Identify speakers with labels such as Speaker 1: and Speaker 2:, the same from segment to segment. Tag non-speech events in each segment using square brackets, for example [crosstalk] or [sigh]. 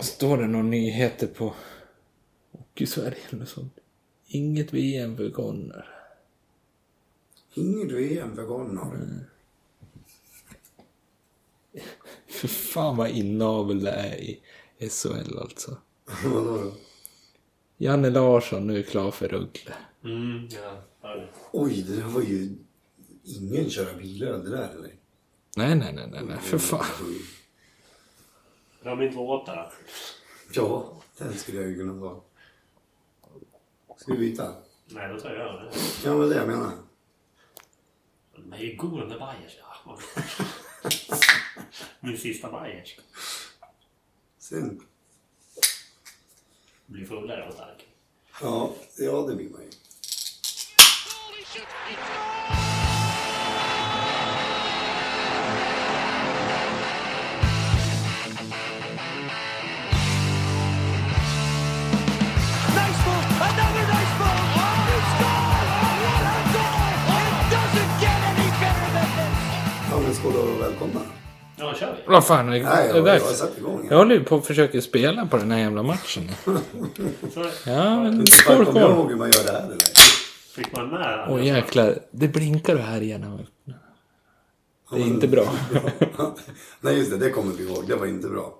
Speaker 1: Står det några nyheter på Hockeysverige eller något sånt? Inget VM för Connor.
Speaker 2: Inget VM för Connor.
Speaker 1: För fan vad inavel det är i SHL alltså.
Speaker 2: Vadå då?
Speaker 1: Janne Larsson nu är klar för Rögle.
Speaker 3: Mm, ja. hörde.
Speaker 2: Oj, det där var ju... Ingen köra bilar det där eller?
Speaker 1: Nej, nej, nej, nej, nej, för
Speaker 2: Mm.
Speaker 1: fan.
Speaker 3: Ramla inte åt där.
Speaker 2: Ja, den skulle jag ju kunna ta. Ska vi byta?
Speaker 3: Nej, då tar jag det.
Speaker 2: Ja, men det var det jag menar.
Speaker 3: Men är ju god den där Bayers. Ja, vad- [laughs] Min sista Bayers.
Speaker 2: Sen...
Speaker 3: Blir fullare och stark.
Speaker 2: Ja, ja det blir man ju.
Speaker 4: Nice move. Another nice move. Oh, he scored. What a goal. It doesn't get any better than this.
Speaker 2: Ja, men skål och välkomna.
Speaker 3: Ja, kör vi.
Speaker 1: Vad fan, det
Speaker 2: Nej,
Speaker 1: är
Speaker 2: jag,
Speaker 1: det
Speaker 2: jag har satt igång.
Speaker 1: Jag håller ju på att försöka spela på den här jävla matchen.
Speaker 3: Så
Speaker 1: Ja, men
Speaker 2: Fan,
Speaker 1: skål,
Speaker 2: Kommer Mm. jag ihåg
Speaker 1: skål.
Speaker 2: hur man gör det här eller?
Speaker 3: fick man med...
Speaker 1: Åh jäklar, det blinkar här genom Det är inte bra.
Speaker 2: Mm. [laughs] Nej, just det. Det kommer vi ihåg. Det var inte bra.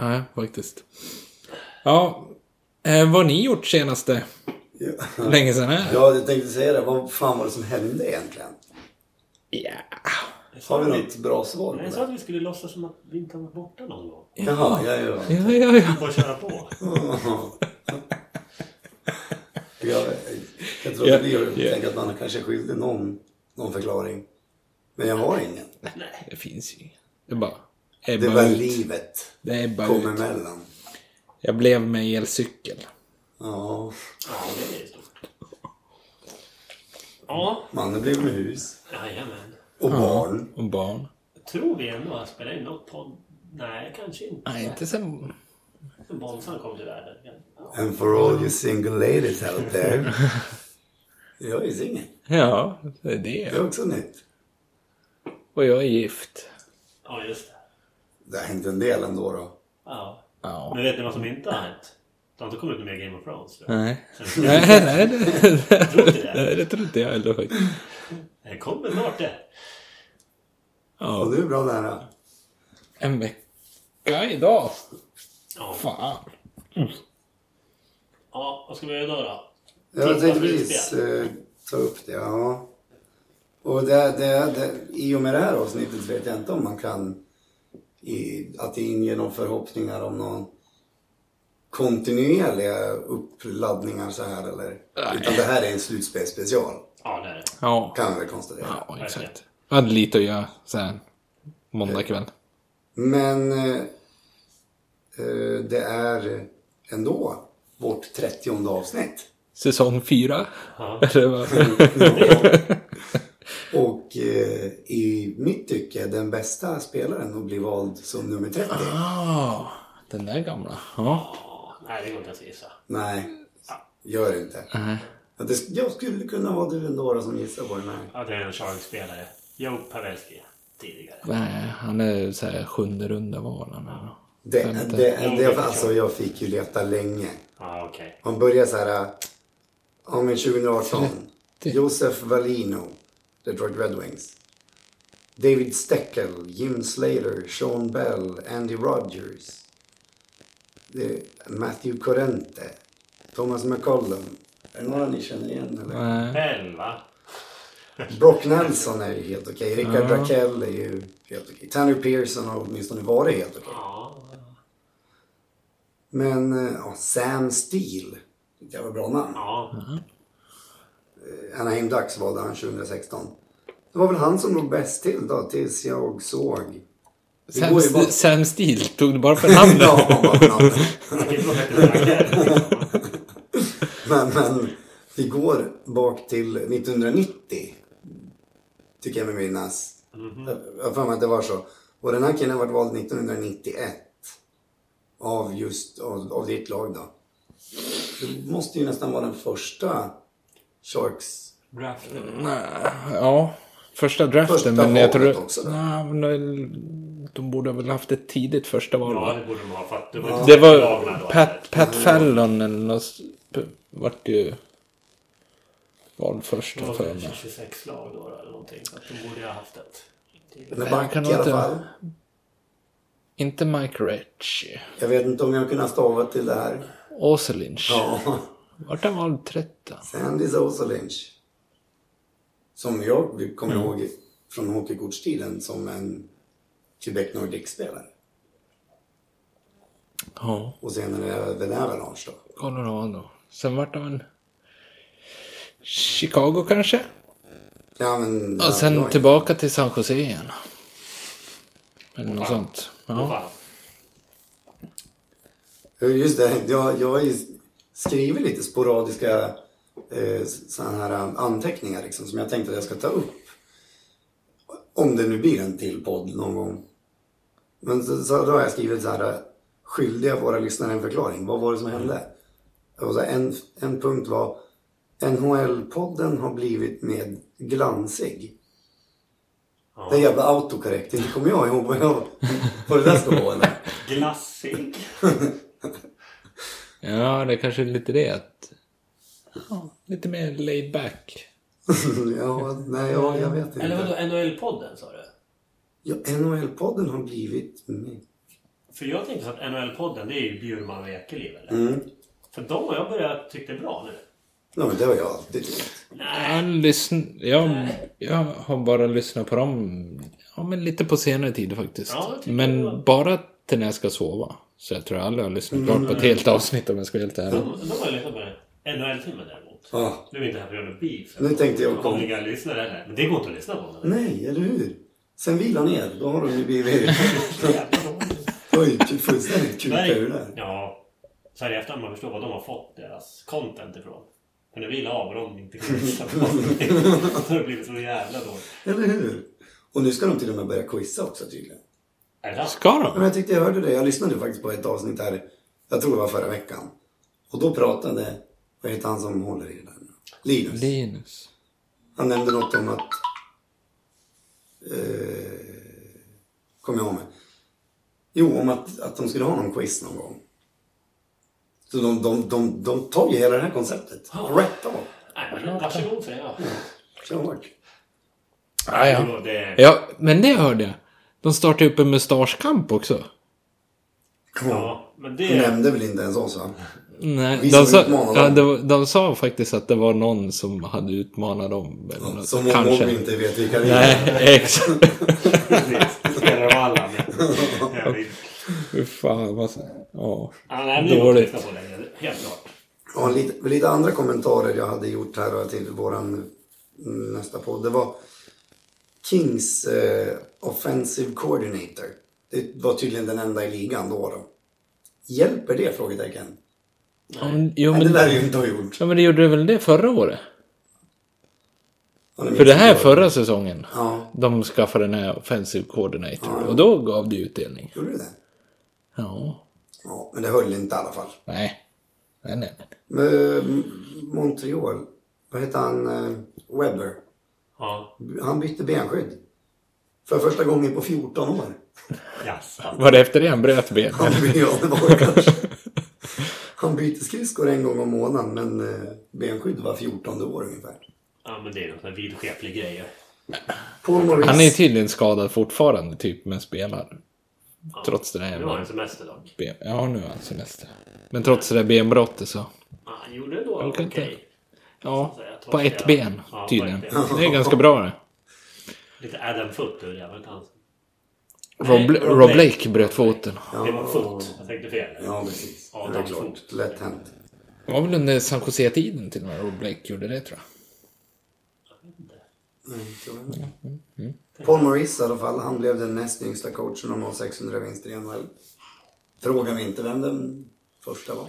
Speaker 1: Nej, faktiskt. Ja, eh, vad har ni gjort senaste?
Speaker 2: Ja,
Speaker 1: Länge sedan eh? här?
Speaker 2: Ja, jag tänkte säga det. Vad fan var det som hände egentligen?
Speaker 1: Ja.
Speaker 2: Har vi något bra svar på
Speaker 3: Jag sa
Speaker 2: det?
Speaker 3: att vi skulle låtsas som att vi inte har varit borta någon gång.
Speaker 2: Jaha, ja, ja.
Speaker 1: Ja, ja, ja.
Speaker 3: Bara köra på.
Speaker 2: Jag, jag tror att vi
Speaker 1: Ja,
Speaker 2: har
Speaker 1: ja.
Speaker 2: tänkt att man kanske är skyldig någon, någon förklaring. Men jag har ingen.
Speaker 1: Det finns ju inget. Det är bara
Speaker 2: Det
Speaker 1: ebbar
Speaker 2: var
Speaker 1: ut.
Speaker 2: livet.
Speaker 1: Det ebbar
Speaker 2: Kom
Speaker 1: ut.
Speaker 2: emellan.
Speaker 1: Jag blev med elcykel.
Speaker 2: Ja,
Speaker 3: Ja, det är stort. Ja,
Speaker 2: mannen blev med hus.
Speaker 3: jajamän.
Speaker 2: Och barn.
Speaker 1: Och barn.
Speaker 3: Tror vi ändå att spela in något podd? Nej, kanske inte.
Speaker 1: Nej, inte sen...
Speaker 3: Sen Bonsan kom till världen. Ja.
Speaker 2: And for all you single ladies
Speaker 1: [laughs]
Speaker 2: out there. Jag är singel.
Speaker 1: Ja, det är
Speaker 2: Det är
Speaker 1: det.
Speaker 2: också nytt.
Speaker 1: Och jag är gift.
Speaker 3: ja, just det.
Speaker 2: Det har hänt en del ändå då.
Speaker 3: Ja.
Speaker 1: Ja.
Speaker 3: Men vet ni vad som inte har hänt? Det har inte kommit mer Game of Thrones. tror jag.
Speaker 1: Nej.
Speaker 3: Sen-
Speaker 1: Nej, nej, det,
Speaker 3: Tror inte det.
Speaker 1: nej, det tror inte jag heller faktiskt.
Speaker 3: Det kommer snart det.
Speaker 2: Och
Speaker 1: Ja.
Speaker 2: du är bra nära.
Speaker 1: En vecka idag.
Speaker 3: Ja.
Speaker 1: Fan.
Speaker 3: ja, vad ska vi göra idag då?
Speaker 2: Jag
Speaker 3: Titta
Speaker 2: tänkte
Speaker 3: slutspel.
Speaker 2: precis eh, ta upp det, ja. Och det, det, det, i och med det här avsnittet vet jag inte om man kan i, att det inger någon förhoppningar om någon kontinuerliga uppladdningar så här eller? Utan det här är en slutspelsspecial,
Speaker 3: Ja, det är det.
Speaker 1: Ja.
Speaker 2: kan vi konstatera.
Speaker 1: Ja, exakt. Jag hade lite att göra sen. Måndag kväll.
Speaker 2: Men eh, eh, det är ändå vårt 30 avsnitt.
Speaker 1: Säsong fyra.
Speaker 3: Ja.
Speaker 1: Eller vad?
Speaker 2: [laughs] Och eh, i mitt tycke den bästa spelaren att bli vald som nummer 30.
Speaker 1: Ah, den där gamla. Ja.
Speaker 3: Ja, Nej, det går inte ens att gissa.
Speaker 2: Nej, gör det inte.
Speaker 1: Nej.
Speaker 2: Ja, det, jag skulle kunna vara du ändå då som gissar på den här.
Speaker 3: Ja, det är en Charles-spelare. Joe Pavelski. Tidigare.
Speaker 1: Nej, han är så här sjunde runda var han. eller?
Speaker 2: Det,
Speaker 1: Femte.
Speaker 2: det, det, alltså jag fick ju leta länge.
Speaker 3: Ja, okej.
Speaker 2: Man börjar så här, äh, ja men 2018.
Speaker 1: Trettio.
Speaker 2: Josef Valino, Detroit Red Wings. David Steckel, Jim Slater, Sean Bell, Andy Rogers. Det, Matthew Corrente, Thomas McCollum. Är det några ni känner igen eller?
Speaker 1: Nej.
Speaker 3: Bell, va?
Speaker 2: Brock Nelson är ju helt okej. Rickard Rakell är ju helt okej. Tanner Pearson har åtminstone varit helt okej.
Speaker 3: Ja.
Speaker 2: Men eh, ja, Sam Steele. Det var ett bra namn.
Speaker 3: Ja.
Speaker 2: Anaheim Ducks valde han 2016. Det var väl han som låg bäst till då tills jag såg. Det
Speaker 1: Sam,
Speaker 2: går ju bara-
Speaker 1: Sam Steele tog du bara för namnet.
Speaker 2: [laughs] ja, vad namn.
Speaker 3: Det kan inte vara bättre
Speaker 2: men, men vi går bak till 1990. Tycker jag mig minnas.
Speaker 1: Mhm.
Speaker 2: Jag- Jag har för mig att det var så. Och den här killen vart vald 1991. Av just, av, av ditt lag då. Det måste ju nästan vara den första Sharks.
Speaker 3: Draften.
Speaker 1: Nej, Ja, första draften.
Speaker 2: Första
Speaker 1: men jag
Speaker 2: valet
Speaker 1: tror...
Speaker 2: också då.
Speaker 1: Nej, men det är de borde väl haft ett tidigt första val
Speaker 3: Ja,
Speaker 1: va?
Speaker 3: det borde de ha. För att det var, inte
Speaker 1: Det
Speaker 3: så
Speaker 1: var
Speaker 3: lagna då.
Speaker 1: Pat, Pat Fallon eller något, p- vart ju vald först
Speaker 3: Det var
Speaker 1: för mig.
Speaker 3: kanske 26 lag då eller någonting. Så att de borde ha haft ett.
Speaker 2: Med
Speaker 1: Nej,
Speaker 2: back
Speaker 1: kan
Speaker 2: i alla
Speaker 1: inte-
Speaker 2: fall.
Speaker 1: Inte Mike Ritchie.
Speaker 2: Jag vet inte om jag kunnat stava till det här.
Speaker 1: Åse Lynch.
Speaker 2: Ja.
Speaker 1: Vart han vald 30?
Speaker 2: Sandy Sosa Lynch. Som jag kommer ihåg från hockeykortstiden som en Quebec Nordic-spelare.
Speaker 1: Ja,
Speaker 2: Och senare The Avalanche då.
Speaker 1: Colorado. Sen vart han väl Chicago kanske?
Speaker 2: Ja, men,
Speaker 1: Och sen
Speaker 2: ja,
Speaker 1: tillbaka till San Jose igen. Eller något sånt.
Speaker 3: Ja.
Speaker 1: Ja.
Speaker 3: Fan.
Speaker 2: Ja, Just det, jag, jag har ju skriver lite sporadiska eh, såna här anteckningar liksom, som jag tänkte att jag ska ta upp. Om det nu blir en till podd någon gång. Men så, så, då har jag skrivit så här, eh, skyldiga våra lyssnare en förklaring. Vad var det som hände? Och så här, en, en punkt var, NHL-podden har blivit med glansig. Det är jävla autokorrekt, inte kommer jag ihåg vad, jag, vad det där ska vara eller?
Speaker 3: Glassig.
Speaker 1: ja, det kanske är lite det att... Ja, lite mer laid back.
Speaker 2: [laughs] ja, nej, ja, jag vet inte.
Speaker 3: Eller vadå, NHL-podden sa du?
Speaker 2: Ja, NHL-podden har blivit... Mm.
Speaker 3: För jag tänker så att NHL-podden, det är ju Bjurman och Ekeliv eller?
Speaker 2: Mm.
Speaker 3: För de har jag börjat tycka är bra nu.
Speaker 2: Ja, men det har jag alltid tyckt.
Speaker 1: Jag, lyssn... jag, jag har bara lyssnat på dem ja, men lite på senare tid faktiskt.
Speaker 3: Ja, jag tycker
Speaker 1: men
Speaker 3: det var-
Speaker 1: bara till när jag ska sova. Så jag tror jag aldrig har lyssnat klart på ett helt avsnitt om jag ska vara helt ärlig.
Speaker 3: De, de har ju lyssnat på den. NHL-timmen däremot.
Speaker 2: Ja.
Speaker 3: Nu är vi inte här på grund av beef.
Speaker 2: Nu tänkte jag- Mm.
Speaker 3: De kommer inga lyssnare heller. Men det går inte att lyssna på. [laughs] Den.
Speaker 2: Nej, eller hur? Sen vilar ner, då har de ju blivit... [laughs] Oj, fullständigt kukat ur där.
Speaker 3: Ja. Så här i efterhand man förstår vad de har fått deras content ifrån. För när vi la av och de inte kunde lyssna
Speaker 2: [laughs]
Speaker 3: på någonting. Så har det blivit så jävla dåligt.
Speaker 2: Eller hur? Och nu ska de till och med börja quizza också tydligen.
Speaker 3: Är det sant?
Speaker 1: Ska
Speaker 2: Ja,
Speaker 1: de?
Speaker 2: Men jag tyckte jag hörde det. Jag lyssnade faktiskt på ett avsnitt här, jag tror det var förra veckan. Och då pratade, vad heter han som håller i det där nu? Linus.
Speaker 1: Linus.
Speaker 2: Han nämnde något om att... Eh, kom jag ihåg med. Jo, om att, att de skulle ha någon quiz någon gång. Så de, de, de, de tar ju hela det här konceptet. Rätt av.
Speaker 3: Nej, men varsågod säger jag.
Speaker 2: Kört.
Speaker 1: Ah, ja.
Speaker 3: Jo, det-
Speaker 1: ja, men det hörde jag. De startade upp en mustaschkamp också.
Speaker 3: Ja, men
Speaker 2: De
Speaker 3: det...
Speaker 2: nämnde väl inte ens oss va? Vi
Speaker 1: Nej,
Speaker 2: som
Speaker 1: de sa,
Speaker 2: utmanar
Speaker 1: ja,
Speaker 2: dem.
Speaker 1: de, de sa faktiskt att det var någon som hade utmanat dem. Eller något,
Speaker 2: Som om
Speaker 1: kanske.
Speaker 2: någon inte vet vilka vi är.
Speaker 1: Nej, exakt.
Speaker 3: Precis. Spelar de
Speaker 2: [laughs]
Speaker 3: alla med. Jävligt.
Speaker 1: Fy fan vad... så- Ja.
Speaker 3: Ja, nej, men det går inte
Speaker 1: Dåligt.
Speaker 3: att lyssna på längre. Helt klart.
Speaker 2: Ja, lite, lite andra kommentarer jag hade gjort här då till våran mm, nästa podd. Det var Kings eh, offensive coordinator. Det var tydligen den enda i ligan då. då. Hjälper det? Frågetecken.
Speaker 1: Ja, men, jo,
Speaker 2: Nej,
Speaker 1: men,
Speaker 2: det lär ju inte ha gjort.
Speaker 1: ja, men det gjorde väl det förra året?
Speaker 2: Ja, ni
Speaker 1: För det här är
Speaker 2: minns ju då.
Speaker 1: förra säsongen.
Speaker 2: Ja,
Speaker 1: De skaffade den här offensive coordinator. Och då gav det utdelning.
Speaker 2: gjorde du det?
Speaker 1: Ja.
Speaker 2: Ja, men det höll inte i alla fall.
Speaker 1: Nej. Nej, nej. nej.
Speaker 2: Men, eh, Montreal, vad heter han? eh, Webber.
Speaker 3: Ja.
Speaker 2: Han bytte benskydd. För första gången på 14 år.
Speaker 3: Jaså.
Speaker 1: Var det efter det han bröt benet?
Speaker 2: Han byter, ja, det var det kanske. Han byter skridskor en gång om månaden men eh, benskydd var 14 år ungefär.
Speaker 3: Ja, men det är någon sån här vidskeplig grej. ju.
Speaker 2: Paul Maurice.
Speaker 1: Han är tydligen skadad fortfarande, typ, men spelar. Trots det där
Speaker 3: Nu har han
Speaker 1: jävla...
Speaker 3: semester dock.
Speaker 1: ben- Ja, nu alltså är han semester. Men trots det där benbrottet så...
Speaker 3: Ja, han gjorde det då.
Speaker 1: Jag kan
Speaker 3: Okej.
Speaker 1: inte- Ja,
Speaker 3: säga, trots
Speaker 1: på
Speaker 3: det,
Speaker 1: ett
Speaker 3: ja.
Speaker 1: ben
Speaker 3: Ja, på
Speaker 1: tydligen.
Speaker 3: ett ben.
Speaker 1: Det är ganska bra det.
Speaker 3: Lite Adam Foot ur jäveln han.
Speaker 1: Rob,
Speaker 3: Nej, Rob
Speaker 1: Rob
Speaker 3: Blake.
Speaker 1: Blake bröt foten.
Speaker 3: Det var Foot. Jag tänkte fel.
Speaker 2: Ja, precis.
Speaker 3: Ja,
Speaker 2: det är
Speaker 3: de
Speaker 2: klart.
Speaker 3: fort.
Speaker 2: Lätt hänt.
Speaker 1: Det var väl under San Jose-tiden till och med Rob Blake gjorde det tror jag. Mm.
Speaker 2: Paul Maurice i alla fall, han blev den näst yngsta coachen och har 600 vinster i NHL. Fråga mig inte vem den första var.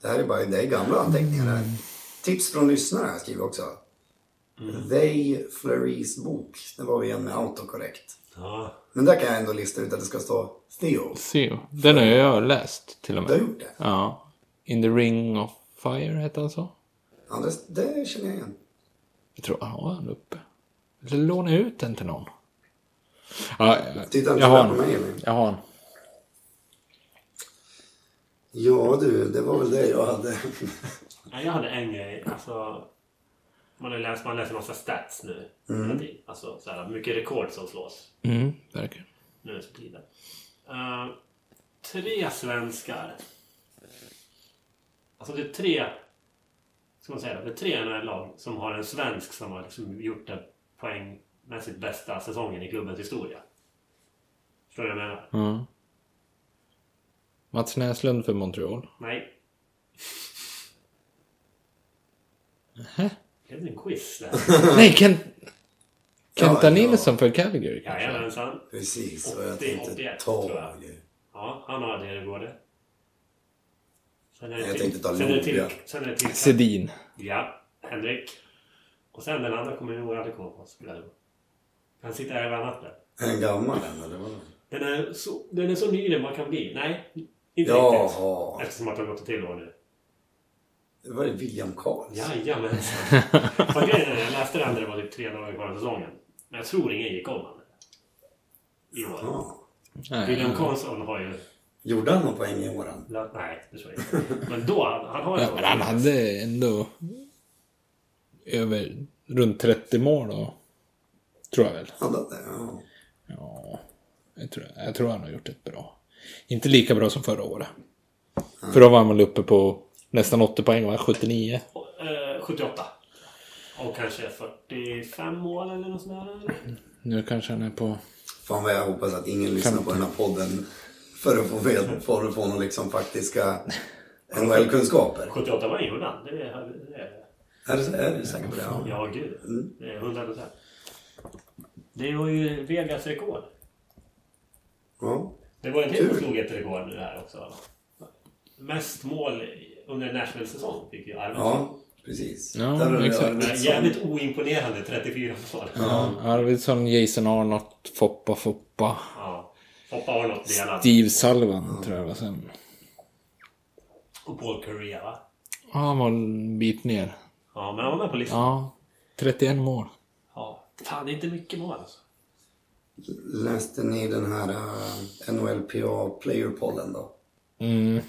Speaker 2: Det här är bara det är gamla anteckningar
Speaker 1: Mm.
Speaker 2: här. Tips från lyssnare här skriver jag också. They Fleuries bok. Det var vi igen med autokorrekt.
Speaker 3: Ja.
Speaker 2: Men där kan jag ändå lista ut att det ska stå Theo.
Speaker 1: Se, den har jag läst till och
Speaker 2: Du har
Speaker 1: med.
Speaker 2: gjort det?
Speaker 1: Ja. In the ring of fire hette han så.
Speaker 2: Ja, det, det känner jag igen.
Speaker 1: Jag tror jag har den uppe. Eller låna ut den till någon. Ja,
Speaker 2: Titta
Speaker 1: jag,
Speaker 2: inte
Speaker 1: jag
Speaker 2: sådär
Speaker 1: har
Speaker 2: på mig, eller?
Speaker 1: en. Jag har en.
Speaker 2: Ja du, det var väl det jag hade.
Speaker 3: Ja, jag hade en grej. Alltså, man, har läst, man läser massa stats nu. hela tiden. Alltså, så här, mycket rekord som slås
Speaker 1: Mm, verkar.
Speaker 3: nu för tiden. Eh, tre svenskar. Alltså det är tre, ska man säga, det? det är tre NHL-lag som har en svensk som har liksom gjort det poängmässigt bästa säsongen i klubbens historia. Förstår du vad jag menar?
Speaker 1: Mm. Mats Näslund för [clears throat] Montreal.
Speaker 3: Nej.
Speaker 1: Hä?
Speaker 3: Det är en quiz där.
Speaker 1: [laughs] Nej, Kent... [laughs] Kenta
Speaker 2: ja.
Speaker 1: Nilsson för Calgary kanske?
Speaker 3: Jajamensan.
Speaker 2: Precis vad jag
Speaker 3: 80, 81,
Speaker 2: tänkte
Speaker 3: tror
Speaker 2: ta.
Speaker 3: jag. Ja, han har det Djurgården. Sen är det
Speaker 2: Jag
Speaker 3: till-
Speaker 2: tänkte ta
Speaker 3: sen är det till-
Speaker 2: Luleå.
Speaker 3: Sen är det till...
Speaker 1: Sedin.
Speaker 3: Ja, Henrik. Och sen den andra kommer jag ihåg aldrig komma på. skulle jag tro. Han sitter här hela natten.
Speaker 2: Är den gammal än eller? vadå?
Speaker 3: Den är, så, den är så ny den man kan bli. Nej, inte riktigt.
Speaker 2: Jaha.
Speaker 3: Eftersom att det har gått till år nu.
Speaker 2: Det var det William Karls.
Speaker 3: Jajamensan. [laughs] För grejen är, jag läste den när det var typ tre dagar kvar av säsongen. Men jag tror ingen gick om honom. I år.
Speaker 2: Ja.
Speaker 1: Nej,
Speaker 3: William
Speaker 1: ja.
Speaker 3: Karlsson har ju...
Speaker 2: Gjorde han någon poäng i år? han?
Speaker 3: Nej, det tror jag inte. Men då, han, han har ju...
Speaker 1: Ja, men han hade ändå över runt 30 mål då. Tror jag väl.
Speaker 2: Hade han det? Ja.
Speaker 1: Ja, jag tror, jag tror han har gjort ett bra. Inte lika bra som förra året. För då var han väl uppe på nästan 80 poäng, va? 79.
Speaker 3: Eh, 78. Och kanske 45 mål eller något sånt där. eller?
Speaker 1: Nu kanske han är på...
Speaker 2: Fan vad jag hoppas att ingen lyssnar på den här podden för att få,
Speaker 3: [laughs]
Speaker 2: med, för att få någon liksom faktiska NHL-kunskaper.
Speaker 3: 78 var gjorde han. Det är, det är,
Speaker 2: Är det, är det säkert på det? Ja.
Speaker 3: ja, gud. Det är 100 procent. Det var ju Vegas rekord.
Speaker 2: ja.
Speaker 3: Det var en till som
Speaker 2: Kul.
Speaker 3: slog ett rekord nu här också. Mest mål under en Nashville-säsong fick ju Arvidsson.
Speaker 2: Ja, precis.
Speaker 1: Ja,
Speaker 2: har du
Speaker 1: exakt.
Speaker 3: Det är
Speaker 2: Arvidsson.
Speaker 3: Jävligt oimponerande 34 mål.
Speaker 1: Ja. Arvidsson, Jason Arnott, Foppa Foppa.
Speaker 3: Ja. Hoppa har något delat.
Speaker 1: Steve Salvan tror jag var sen.
Speaker 3: Och Paul Korea va?
Speaker 1: Ja, han var en bit ner.
Speaker 3: Ja, men han var med på listan.
Speaker 1: Ja, 31 mål.
Speaker 3: Ja. Fan, det är inte mycket mål alltså.
Speaker 2: Läste ni den här uh, NHLPA Player-pollen då?
Speaker 1: Mm.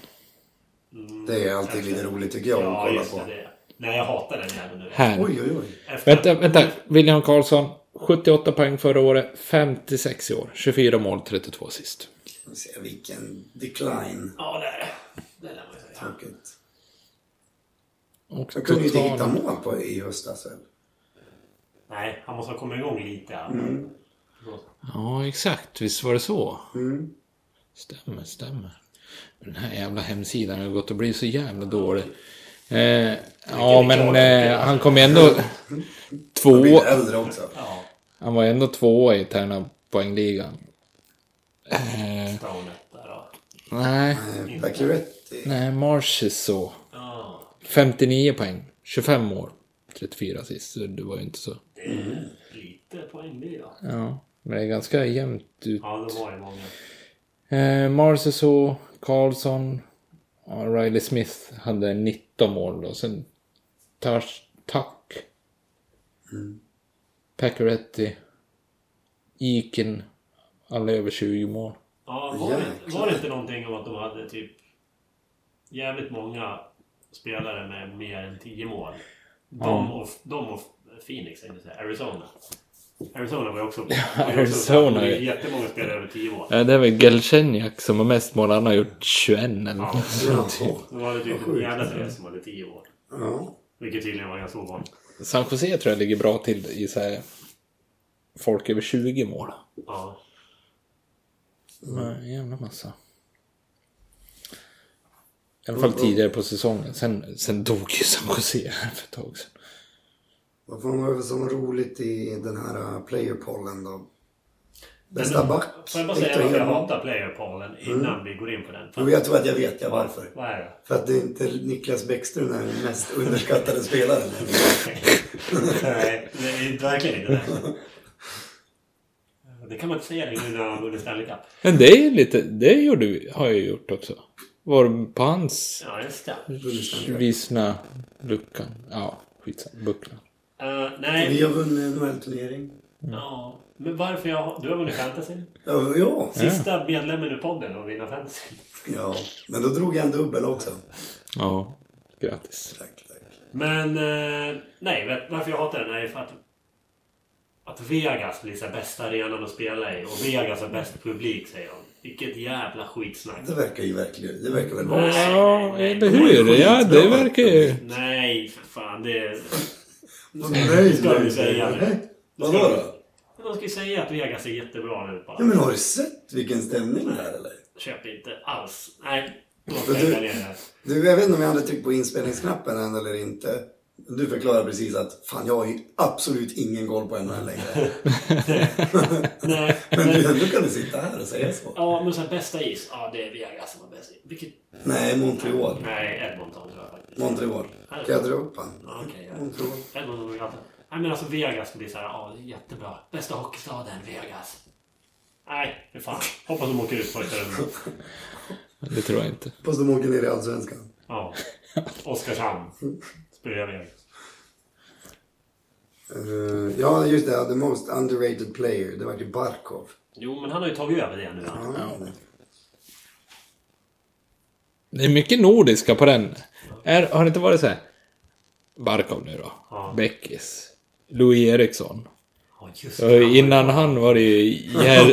Speaker 2: Det är alltid lite roligt tycker jag att
Speaker 3: Mm, Ja,
Speaker 2: kolla
Speaker 3: just
Speaker 2: på.
Speaker 3: det, det. Nej, jag hatar den jäveln nu.
Speaker 1: Här.
Speaker 2: Oj, oj, oj.
Speaker 3: Efter
Speaker 1: Vänta, vänta. William Karlsson, 78 poäng förra året, 56 i år. 24 mål, 32 sist.
Speaker 2: Ska vi se, vilken decline.
Speaker 3: Ja, det är det. Det lär man ju säga.
Speaker 2: Tråkigt.
Speaker 1: Och
Speaker 2: Jag kunde ju inte hitta
Speaker 1: total...
Speaker 2: mål på i höstas väl?
Speaker 3: Nej, han måste ha kommit igång lite. ja.
Speaker 1: Ja, exakt. Visst var det så?
Speaker 2: Mm.
Speaker 1: Stämmer, stämmer. Den här jävla hemsidan har ju gått att bli så jävla dålig. Eh, ja, men eh, han kom ju ändå
Speaker 2: Jag blir
Speaker 1: två.
Speaker 2: äldre också.
Speaker 3: Ja,
Speaker 1: Han var ändå tvåa i interna poängligan. Eh,
Speaker 3: Staunet där då.
Speaker 1: nej,
Speaker 2: Eh, Pacioretty.
Speaker 1: nej, Marches så.
Speaker 3: Ja.
Speaker 1: 59 poäng, 25 år, 34 assist. Så det var ju inte så...
Speaker 3: Det är lite poäng det ja.
Speaker 1: Ja, men det är ganska jämnt ut.
Speaker 3: Ja, det var ju många.
Speaker 1: Eh, Marceau, Karlsson, ja, Riley Smith hade 19 mål då. Sen Tash, Tuck, mm. Pacioretty, Eakin, alla över 20 mål.
Speaker 3: Ja, var, det,
Speaker 2: Jäklar.
Speaker 3: var det inte någonting om att de hade typ jävligt många spelare med mer än 10 mål? De och, de och Phoenix, tänkte jag säga. Arizona. Arizona var ju också... var ju också-
Speaker 1: Arizona
Speaker 3: Det är
Speaker 1: är-
Speaker 3: ju jättemånga spelare över 10 mål.
Speaker 1: Ja, det är väl Gelchenyak som har mest mål. Han har gjort 21 eller något
Speaker 2: Ja.
Speaker 1: sånt.
Speaker 3: Då var det typ en jävla spelare som hade 10 mål.
Speaker 2: Ja.
Speaker 3: Vilket tydligen var ganska ovanligt.
Speaker 1: San Jose tror jag ligger bra till i så här folk över 20 mål.
Speaker 3: Ja.
Speaker 1: Mm. En jävla massa. I alla fall tidigare på säsongen. Sen, sen dog ju San Jose här för ett tag sedan.
Speaker 2: Vad fan var det som roligt i den här uh, playerpollen då? Bästa back?
Speaker 3: Får jag bara
Speaker 2: Victor
Speaker 3: säga varför jag
Speaker 2: Hedman.
Speaker 3: hatar playerpollen innan vi går in på den?
Speaker 2: Jo, jag tror att jag vet jag varför.
Speaker 3: Vad är det?
Speaker 2: För att det är inte Niklas Bäckström är den mest underskattade spelaren.
Speaker 3: Nej, det är inte- verkligen inte det. Det kan man inte säga nu när han har vunnit Stanley Cup.
Speaker 1: Men det är ju lite, det gjorde vi, har jag gjort också. Var på hans
Speaker 3: Ja, just det.
Speaker 1: visna luckan. Ja, skitsamma. Bucklan.
Speaker 3: Eh,
Speaker 2: Vi
Speaker 3: nej,
Speaker 2: har vunnit en NHL-turnering.
Speaker 3: Ja. Men varför jag... Du har vunnit fantasy.
Speaker 2: Ja, ja.
Speaker 3: Sista medlemmen i podden och vinna fantasy.
Speaker 2: ja, men då drog jag en dubbel också.
Speaker 1: Ja, grattis.
Speaker 2: Tack, tack.
Speaker 3: Men... Eh, nej, vet, varför jag hatar den är ju för att... Att Vegas blir så här bästa arenan att spela i och Vegas har bäst publik, säger de. Vilket jävla skitsnack.
Speaker 2: Det verkar ju verkligen... Det verkar väl vara så.
Speaker 1: Ja, eller hur? Ja, det verkar ju...
Speaker 3: Nej, för fan. Det...
Speaker 2: Vad nöjd
Speaker 3: Ska du
Speaker 2: med det.
Speaker 3: säga det?
Speaker 2: Vadå då?
Speaker 3: De ska ju säga att Vegas är jättebra nu
Speaker 2: Ja,
Speaker 3: bara.
Speaker 2: men har du sett vilken stämning det är eller?
Speaker 3: Köp inte alls. Nej. Då ska jag lägga ner det här.
Speaker 2: Du, jag vet inte om jag hade tryckt på inspelningsknappen än eller inte. Du förklarar precis att fan, jag har ju absolut ingen koll på NHL längre.
Speaker 3: [laughs] Nej.
Speaker 2: [laughs] Men du, ändå kan du sitta här och säga så.
Speaker 3: Ja, men sen bästa is. Ja, det är Vegas som var bäst. is. Vilket...
Speaker 2: Nej, Montreal.
Speaker 3: Nej, Edmonton tror jag faktiskt.
Speaker 2: Montreal. Kajatropan.
Speaker 3: Ja, Okej, ja.
Speaker 2: Montreal.
Speaker 3: Edmonton och Vegas. Nej, men alltså Vegas blir så här. Ja, det är jättebra. Bästa hockeystaden, Vegas. Nej, för fan. Hoppas de åker ut första rundan.
Speaker 1: Det tror jag inte.
Speaker 2: Fast de åker ner i Allsvenskan.
Speaker 3: Ja. Oskarshamn. Spöar Vegas.
Speaker 2: Eh, ja, just det. The most underrated player. Det var ju Barkov.
Speaker 3: Jo, men han har ju tagit över det nu. Han.
Speaker 1: Det är mycket nordiska på den. Är, har det inte varit så här? Barkov nu då.
Speaker 3: Ja.
Speaker 1: Beckis. Louis Eriksson.
Speaker 3: Ja, just
Speaker 1: Och
Speaker 3: det.
Speaker 1: innan han var det ju... Jär...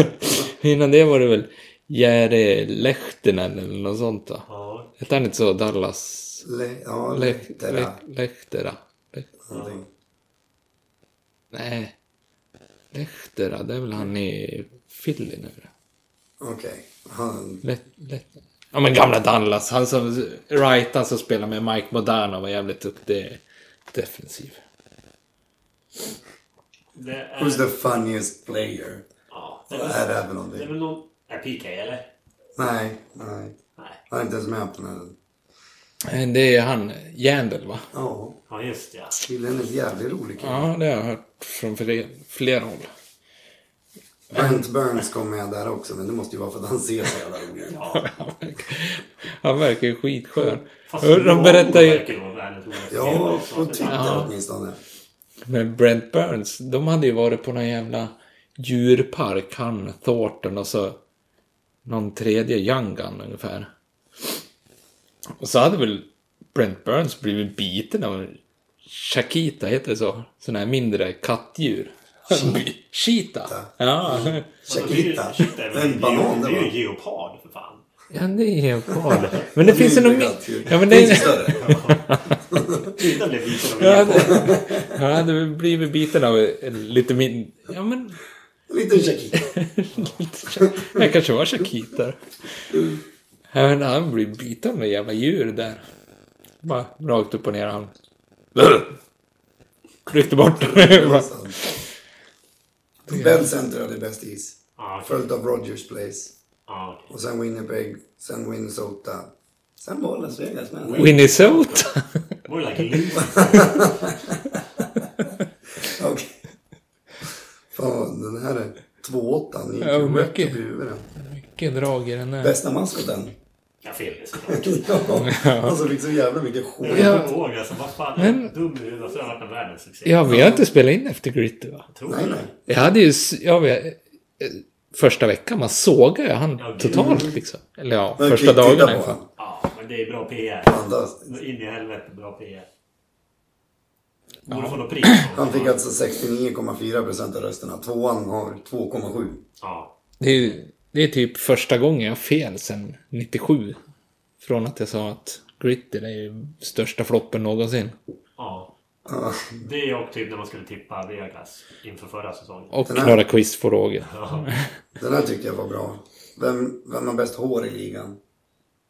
Speaker 1: [laughs] innan det var det väl Jere Lehtinen eller något sånt då.
Speaker 3: Ja,
Speaker 1: Hette han inte så? Dallas...
Speaker 2: Le, ja,
Speaker 1: Lehtera.
Speaker 2: Lehtera.
Speaker 1: Lehtera. Le...
Speaker 2: Någonting.
Speaker 1: Nej. Lehtera, det är väl han i Philly nu.
Speaker 2: Okej. Han...
Speaker 1: Lätt, lätt. Ja men gamla Dallas. Han som... Wright, han som spelar med Mike Modano var jävligt duktig defensiv.
Speaker 3: det är...
Speaker 2: Who's the funniest player?
Speaker 3: Ja, det
Speaker 2: Vad
Speaker 3: är
Speaker 2: är det här för
Speaker 3: Det är
Speaker 2: någonting?
Speaker 3: väl någon... Är PK eller?
Speaker 2: Nej, nej.
Speaker 3: Nej.
Speaker 2: Han är inte ens med på den här.
Speaker 1: Men Det är han, Jandel va?
Speaker 2: Ja,
Speaker 3: Ja, just det, ja.
Speaker 2: killen är jävligt rolig kille.
Speaker 1: Ja, det har jag hört från fler, fler håll.
Speaker 2: Brent Burns kom med där också, men det måste ju vara för att han ser så jävla rolig ut.
Speaker 3: ja.
Speaker 1: Han verkar- Han verkar ju skitskön.
Speaker 3: Fast
Speaker 1: De
Speaker 3: någon
Speaker 1: berättar ju...
Speaker 3: verkar vara världens roligaste
Speaker 2: Ja,
Speaker 3: spelare
Speaker 2: på
Speaker 3: också.
Speaker 2: Twitter åtminstone.
Speaker 1: Men Brent Burns, de hade ju varit på någon jävla djurpark, han, Thornton och så någon tredje Youngan ungefär. Och så hade väl Brent Burns blivit biten av en Shakita, heter det så? Sån här mindre kattdjur. Cheetah. Ja.
Speaker 3: Alltså, det är ju-
Speaker 2: Chiquita.
Speaker 3: shit, det är väl
Speaker 2: En banan
Speaker 3: det
Speaker 2: det
Speaker 3: är ju en
Speaker 2: var.
Speaker 3: geopard för fan.
Speaker 1: Ja, det är ju kvar. Men det finns ju något...
Speaker 2: Mindre
Speaker 1: Ja, men det
Speaker 2: Inte
Speaker 1: är...
Speaker 2: större.
Speaker 3: Titta blev vit av
Speaker 1: Jag
Speaker 3: en geopard.
Speaker 1: hade, jag hade blivit biten av en lite mindre... Ja, men...
Speaker 2: En liten Chiquita.
Speaker 1: [laughs] Jag kanske var Shakita. Jag menar, han blev biten av några jävla djur där. Bara rakt upp och ner han. [clears throat] Ryckte bort. [laughs] Bara,
Speaker 2: Bell Center hade bäst is.
Speaker 3: Ja, okej.
Speaker 2: Följt av Rogers Place.
Speaker 3: Ja, okej.
Speaker 2: Och sen Winnipeg. Sen Minnesota. Sen var Las Vegas med.
Speaker 1: Winnesota.
Speaker 3: More like loser.
Speaker 2: [laughs] Okej. Fan, den här är 2-8. Ni
Speaker 1: Ja,
Speaker 2: gick ju rätt upp i
Speaker 1: mycket.
Speaker 2: huvudet.
Speaker 1: Mycket drag i den här.
Speaker 2: Bästa maskoten.
Speaker 1: [laughs]
Speaker 3: Jag fel såklart.
Speaker 2: Han som fick så jävla mycket skit.
Speaker 3: Jag kommer ihåg alltså. Vad fan. är jag Dum i huvudet. Så har jag varit en världens succé.
Speaker 1: Ja, vi har inte spelat in efter Gritty va?
Speaker 3: Tror
Speaker 2: Nej,
Speaker 3: jag.
Speaker 2: nej.
Speaker 1: Jag hade ju... s- Ja, vi, eh, första veckan, man sågade ju han
Speaker 3: Ja, det-
Speaker 1: totalt liksom. Eller ja,
Speaker 2: Men
Speaker 1: första
Speaker 2: titta
Speaker 1: dagarna.
Speaker 2: på
Speaker 1: i alla fall.
Speaker 2: honom.
Speaker 3: Ja, men det är bra PR.
Speaker 2: Fantastiskt.
Speaker 3: In i helvete bra PR. Borde få något pris. för det.
Speaker 2: Han fick alltså 69,4 procent av rösterna. Tvåan har 2,7.
Speaker 3: Ja.
Speaker 1: Det är, ju- det är typ första gången jag har fel sedan 97. Från att jag sa att Gritty är ju största floppen någonsin.
Speaker 3: Ja.
Speaker 2: Ja.
Speaker 3: Det och typ när man skulle tippa Vegas inför förra säsongen.
Speaker 1: Och
Speaker 2: Den här-
Speaker 1: några quizfrågor.
Speaker 3: Ja,
Speaker 2: Den här tyckte jag var bra. Vem, vem har bäst hår i ligan?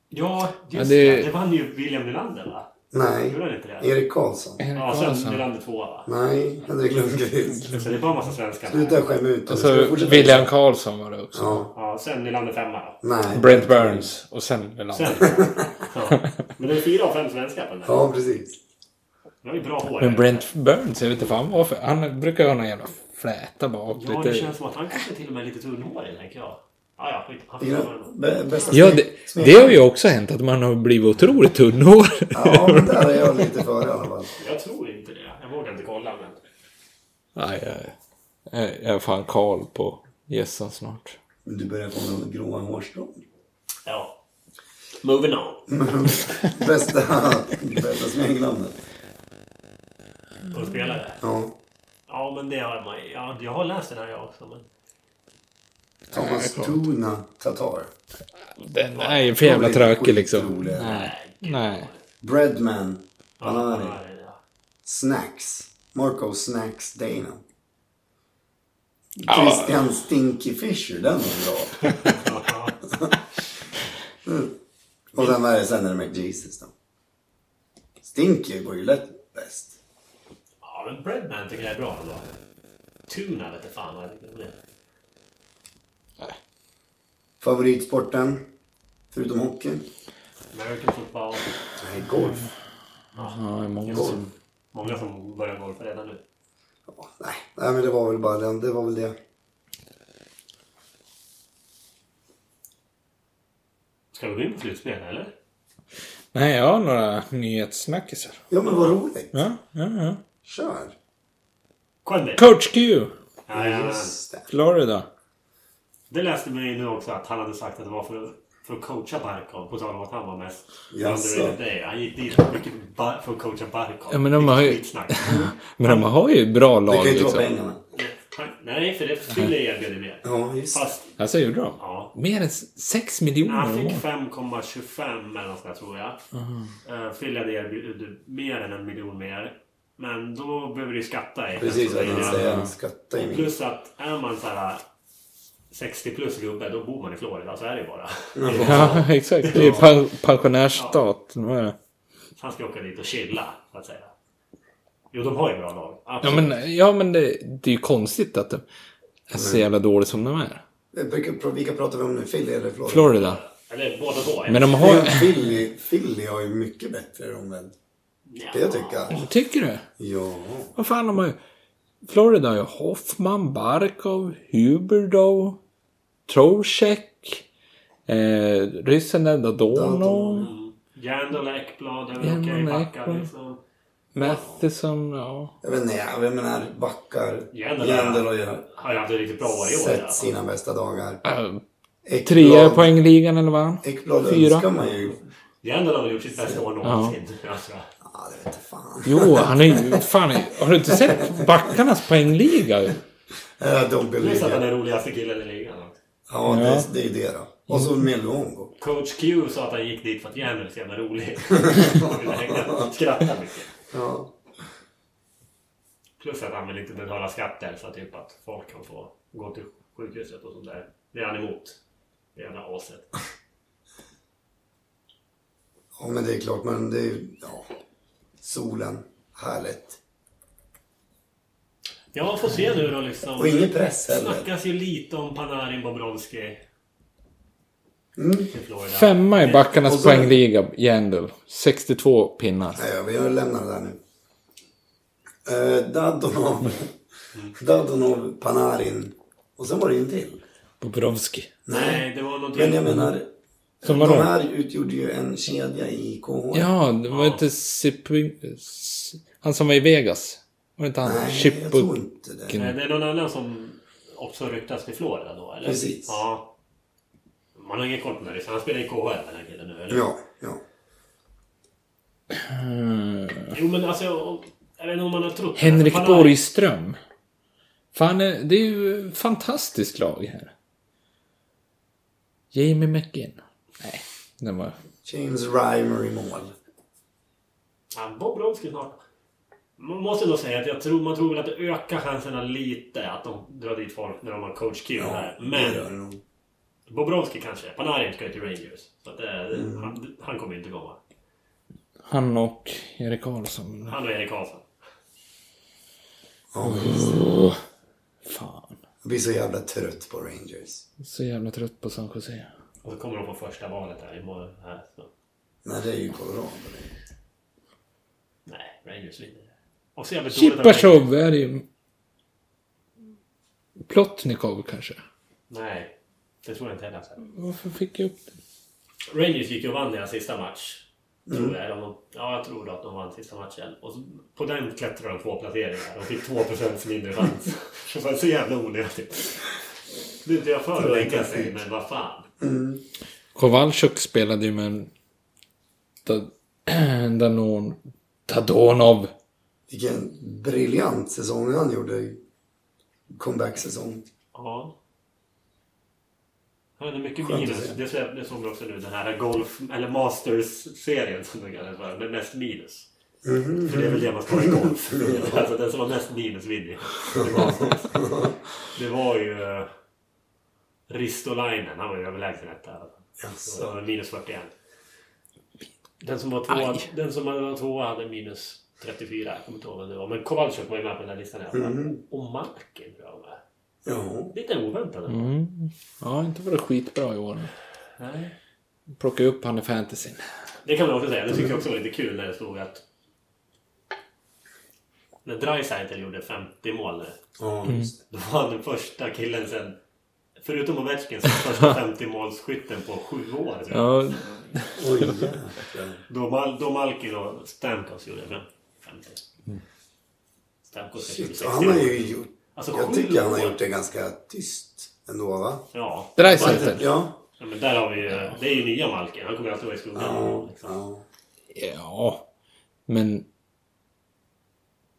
Speaker 3: ja just
Speaker 1: Ja, det-
Speaker 3: det. Det vann ju William Nylander va?
Speaker 2: Nej.
Speaker 3: Gjorde han inte det?
Speaker 2: Erik Karlsson?
Speaker 3: Ja, sen Nylander tvåa va?
Speaker 2: Nej. Henrik Lundqvist?
Speaker 3: Så det är bara massa svenskar.
Speaker 2: Sluta skämma ut dig.
Speaker 1: Och
Speaker 2: Ska vi
Speaker 1: så
Speaker 2: fortsätta?
Speaker 1: Alltså, William Karlsson var det också.
Speaker 2: Ja.
Speaker 3: Ja, sen Nylander femma då.
Speaker 2: Nej.
Speaker 1: Brent Burns. Och sen
Speaker 3: Sen.
Speaker 1: Melander.
Speaker 3: Ja. Men det är fyra av fem svenskar på den här.
Speaker 2: Ja, precis.
Speaker 3: Det var ju bra hår.
Speaker 1: Men Brent Burns, jag vet inte fan varför. Han brukar ju ha någon jävla fläta bak.
Speaker 3: Ja, det
Speaker 1: lite.
Speaker 3: känns som att han kanske till och med är lite tunnhårig tänker jag. Ja, ja, skit. Han får
Speaker 2: Ja,
Speaker 3: vara
Speaker 2: bä- Bästa
Speaker 1: ja det,
Speaker 2: smek- smek-
Speaker 1: det har ju också hänt att man har blivit otroligt tunnhårig.
Speaker 2: Ja, men där är jag lite före i alla fall.
Speaker 3: Jag tror inte det. Jag vågar inte kolla men.
Speaker 1: [laughs] Nej, nej. Jag jag är fan Karl på gässan snart.
Speaker 2: Men du börjar få några gråa hårstrån.
Speaker 3: Ja. Moving on.
Speaker 2: bästa bästa smeknamnet.
Speaker 3: På spelare.
Speaker 2: Ja.
Speaker 3: Ja, men det har man ja, Jag har läst den här jag också. Men...
Speaker 2: Thomas Tuna Tatar.
Speaker 1: Den är ju för jävla
Speaker 2: Otroligt
Speaker 1: trökig liksom.
Speaker 2: skitrolig.
Speaker 1: Nej. Nej.
Speaker 2: Breadman.
Speaker 3: Ja,
Speaker 2: Banani.
Speaker 3: ja, det är det.
Speaker 2: Snacks. Marco Snacks Dana.
Speaker 1: Ja.
Speaker 2: Christian Stinky Fisher, den var bra. Mm. Och sen var det sen är det McJesus då. Stinky var ju lätt bäst.
Speaker 3: Ja, men Breadman tycker jag är bra ändå. Tuna vete fan vad jag tycker om det.
Speaker 2: Favoritsporten? Förutom hockey?
Speaker 3: American football.
Speaker 2: Nej, golf.
Speaker 1: Ja, det är många
Speaker 3: Golf.
Speaker 1: som...
Speaker 3: Många som börjar golfa redan nu.
Speaker 2: Ja, nej. nej, men det var väl bara den. Det var väl det.
Speaker 3: Ska vi gå in på slutspel eller?
Speaker 1: Nej, jag har några nyhetssnackisar.
Speaker 2: Ja, men vad roligt.
Speaker 1: Ja, ja, ja.
Speaker 2: Kör.
Speaker 3: Quenby.
Speaker 1: Coach Q,
Speaker 3: Ja, ja.
Speaker 2: Just det.
Speaker 1: Florida.
Speaker 3: Det läste man ju nu också att han hade sagt att det var för, för att coacha Barkov. På tal om att han var mest
Speaker 2: Jaså.
Speaker 3: underrated player. Han gick dit mycket ba- för att coacha Barkov.
Speaker 1: Ja, men de har ju-
Speaker 3: Skitsnack.
Speaker 1: Men de har ju bra
Speaker 2: Det kan
Speaker 1: lag
Speaker 2: ju inte vara
Speaker 1: liksom.
Speaker 2: pengarna.
Speaker 3: Nej, för det fyller erbjuder mer.
Speaker 2: Ja, just det.
Speaker 3: Fast
Speaker 1: Alltså gjorde de?
Speaker 3: Ja.
Speaker 1: Mer än 6
Speaker 3: han
Speaker 1: miljoner om
Speaker 3: fick
Speaker 1: året.
Speaker 3: 5,25 eller något sånt där, tror jag. Uh, Philadelphia erbjuder mer än en miljon mer. Men då behöver du ju skatta. i-
Speaker 2: Precis vad jag tänkte
Speaker 3: Ja.
Speaker 2: säga. Skatta i min.
Speaker 3: Plus att är man så här 60 plus gubbe, då bor man i Florida. Så är det ju bara.
Speaker 1: Ja, [laughs] exakt. Det är ju pen- pensionärsstat. Vad är det?
Speaker 3: Så han ska åka dit och chilla, så att säga. Jo, de har ju bra lag.
Speaker 1: Ja,
Speaker 3: Absolut.
Speaker 1: men, ja, men det, det är ju konstigt att de är så
Speaker 2: Mm.
Speaker 1: jävla dåliga som de är.
Speaker 2: Vilka- Vilka pratar Eh, vi om nu? Philly eller Florida?
Speaker 1: Florida.
Speaker 3: Eller båda två.
Speaker 1: Men de
Speaker 2: Men
Speaker 1: har...
Speaker 2: Philly, Philly har ju mycket bättre omvänd.
Speaker 3: ja.
Speaker 2: Det jag tycker.
Speaker 1: Tycker du?
Speaker 2: Ja.
Speaker 1: Vad fan, de har ju... Florida har ju Hoffman, Barkov, Huberdo, Trocheck, eh, ryssen Dadonov,
Speaker 3: Järndal, Ekblad, det är väl
Speaker 1: Järndal,
Speaker 3: okej backar
Speaker 1: Ekblad.
Speaker 3: liksom.
Speaker 1: Matheson, ja.
Speaker 2: Jag vet inte, jag menar backar.
Speaker 3: Jändel-
Speaker 2: Jändel har ju
Speaker 3: Har ju haft det riktigt bra varje år. alltså. i alla
Speaker 2: sett
Speaker 3: fall.
Speaker 2: sina bästa dagar.
Speaker 1: Eh,
Speaker 2: Ekblad-
Speaker 1: Trea i poängligan eller vad?
Speaker 2: Ekblad
Speaker 1: Fyra.
Speaker 2: önskar man ju.
Speaker 3: Järndal har väl gjort sitt bästa år någonsin. [laughs] Alltså.
Speaker 2: Ja, det vet jag fan.
Speaker 1: Jo, han är ju... Fan, har du inte sett backarnas poängliga?
Speaker 2: Äh, Dobby
Speaker 3: Plus att han är
Speaker 2: ligger.
Speaker 3: roligaste killen i ligan.
Speaker 2: Ja, det, det är ju det då. Och så Melongo.
Speaker 3: Coach Q sa att han gick dit för att Järndal är så
Speaker 1: [laughs]
Speaker 3: jävla rolig. [laughs] Han ville hänga- Skratta mycket.
Speaker 2: Ja.
Speaker 3: Plus att han vill inte betala skatter så typ att folk kan få gå till sjukhuset och sånt där. Det är han emot. Det jävla aset.
Speaker 2: ja, men det är klart. Men det är ju... Ja. Solen. Härligt.
Speaker 3: Ja, får se nu då
Speaker 2: Och
Speaker 3: liksom.
Speaker 2: ingen press heller.
Speaker 3: Snackas ju lite om Panarin Bobrovski. Till Florida.
Speaker 1: Femma i
Speaker 2: Och
Speaker 1: backarnas
Speaker 2: så-
Speaker 1: poängliga, Jandl. 62 pinnar.
Speaker 2: Nej, vi har lämnat det där nu. Eh, Dadonov.
Speaker 1: Mm.
Speaker 2: Dadonov, Panarin. Och sen var det ju en till.
Speaker 1: Bobrovski.
Speaker 3: Nej, det var
Speaker 2: Men jag
Speaker 3: någonting.
Speaker 2: menar,
Speaker 1: Som
Speaker 2: de
Speaker 1: vadå?
Speaker 2: här utgjorde ju en kedja i KHL.
Speaker 1: Ja, det var inte Sipri... Han som var i Vegas. Var det inte han?
Speaker 2: Nej, jag
Speaker 1: Chip
Speaker 2: tror inte det.
Speaker 3: Nej, Eh, det är någon annan som också ryktas till Florida då, eller?
Speaker 2: Precis.
Speaker 3: Ja. Man har ingen koll på det. så Han spelar i KHL den här killen nu, eller?
Speaker 2: Ja, ja.
Speaker 3: Jo, men alltså... och- Jag vet inte om man har trott...
Speaker 1: Henrik
Speaker 3: Panarin-
Speaker 1: Borgström. Fan, eh, det är ju ett fantastiskt lag här. Jamie McGinn. Nej, den var...
Speaker 2: James Reimer i mål.
Speaker 3: Ja, Bobrovski snart. Man måste nog säga att jag tror, man tror väl att det ökar chanserna lite att de drar dit folk när de har coach Q här.
Speaker 2: det gör det
Speaker 3: Men
Speaker 2: nog.
Speaker 3: Bobrovski kanske. Panarin ska ju till Rangers. Så att det,
Speaker 2: Mm.
Speaker 3: han, han kommer ju inte komma.
Speaker 1: Han och Erik Karlsson.
Speaker 3: Han och Erik Karlsson.
Speaker 2: Ja, visst.
Speaker 1: Åh, fan.
Speaker 2: jag blir så jävla trött på Rangers.
Speaker 1: Så jävla trött på San Jose.
Speaker 3: Och så kommer de på första valet här imorgon. Här, så.
Speaker 2: Nej, det är ju Colorado.
Speaker 3: Nej, Rangers vinner. Och så jävligt dåligt av Rangers.
Speaker 1: Chipachov är det ju... Plotnikov kanske?
Speaker 3: Nej, det tror jag inte heller. alltså.
Speaker 1: Varför fick jag upp det?
Speaker 3: Rangers gick ju och vann deras sista match. Tror jag. De, ja, jag tror då att de vann sista matchen. Och så, på den klättrade de två placeringar. De fick 2% mindre chans. Det var så jävla onödigt. Nu är inte jag för att lägga sig, men vad fan.
Speaker 1: Kowalczyk spelade ju med en Da- [clears throat] Danon... Dadonov.
Speaker 2: Vilken briljant säsong han gjorde. Comeback-säsong.
Speaker 3: Ja. Han hade mycket
Speaker 2: Skönt att
Speaker 3: minus.
Speaker 2: se.
Speaker 3: Det, slä- det såg vi också nu. Den här golf... Eller Masters-serien som den kallas för. Med mest minus.
Speaker 2: Mm.
Speaker 3: För det är väl det man ska ha i golf. alltså den som har mest minus vinner ju. Det var så. Det var ju... eh, Ristolainen. Han var ju överlägsen etta.
Speaker 2: Jaså.
Speaker 3: Så Minus 41. Den som var tvåa,
Speaker 1: Aj.
Speaker 3: den som var tvåa hade minus 34. Jag kommer inte ihåg vem det var. Men Kowalczyk var ju med på den här listan. Här.
Speaker 2: Mm.
Speaker 3: Och Marken tror jag var med.
Speaker 2: Ja.
Speaker 3: Lite oväntat.
Speaker 1: Mm. Ja, inte var det skitbra i år.
Speaker 3: Nej.
Speaker 1: Plocka upp han i fantasyn.
Speaker 3: Det kan man också säga. Det tyckte jag också var lite kul när det stod att... När Dreisaitl gjorde 50 mål nu,
Speaker 2: Ja,
Speaker 1: Mm.
Speaker 2: just det.
Speaker 3: då var han den första killen sen... Förutom Ovechkin som var första 50-målsskytten på sju år. tror jag.
Speaker 1: Ja,
Speaker 2: Oj, jäklar.
Speaker 3: Då, Mal- då Malkin och Stamkos gjorde fem- 50.
Speaker 1: Mm.
Speaker 3: Stamkos
Speaker 2: Shit,
Speaker 3: 60.
Speaker 2: och han har ju gjort...
Speaker 3: Alltså,
Speaker 2: Jag
Speaker 3: sju
Speaker 2: tycker han har
Speaker 3: år.
Speaker 2: gjort det ganska tyst ändå, va?
Speaker 3: Ja.
Speaker 1: Dreisaitl.
Speaker 2: Ja.
Speaker 3: ja. Men där har vi ju... Det är ju nya Malkin. Han kommer ju alltid vara i skuggan.
Speaker 2: Ja.
Speaker 3: liksom.
Speaker 2: ja.
Speaker 1: Ja, men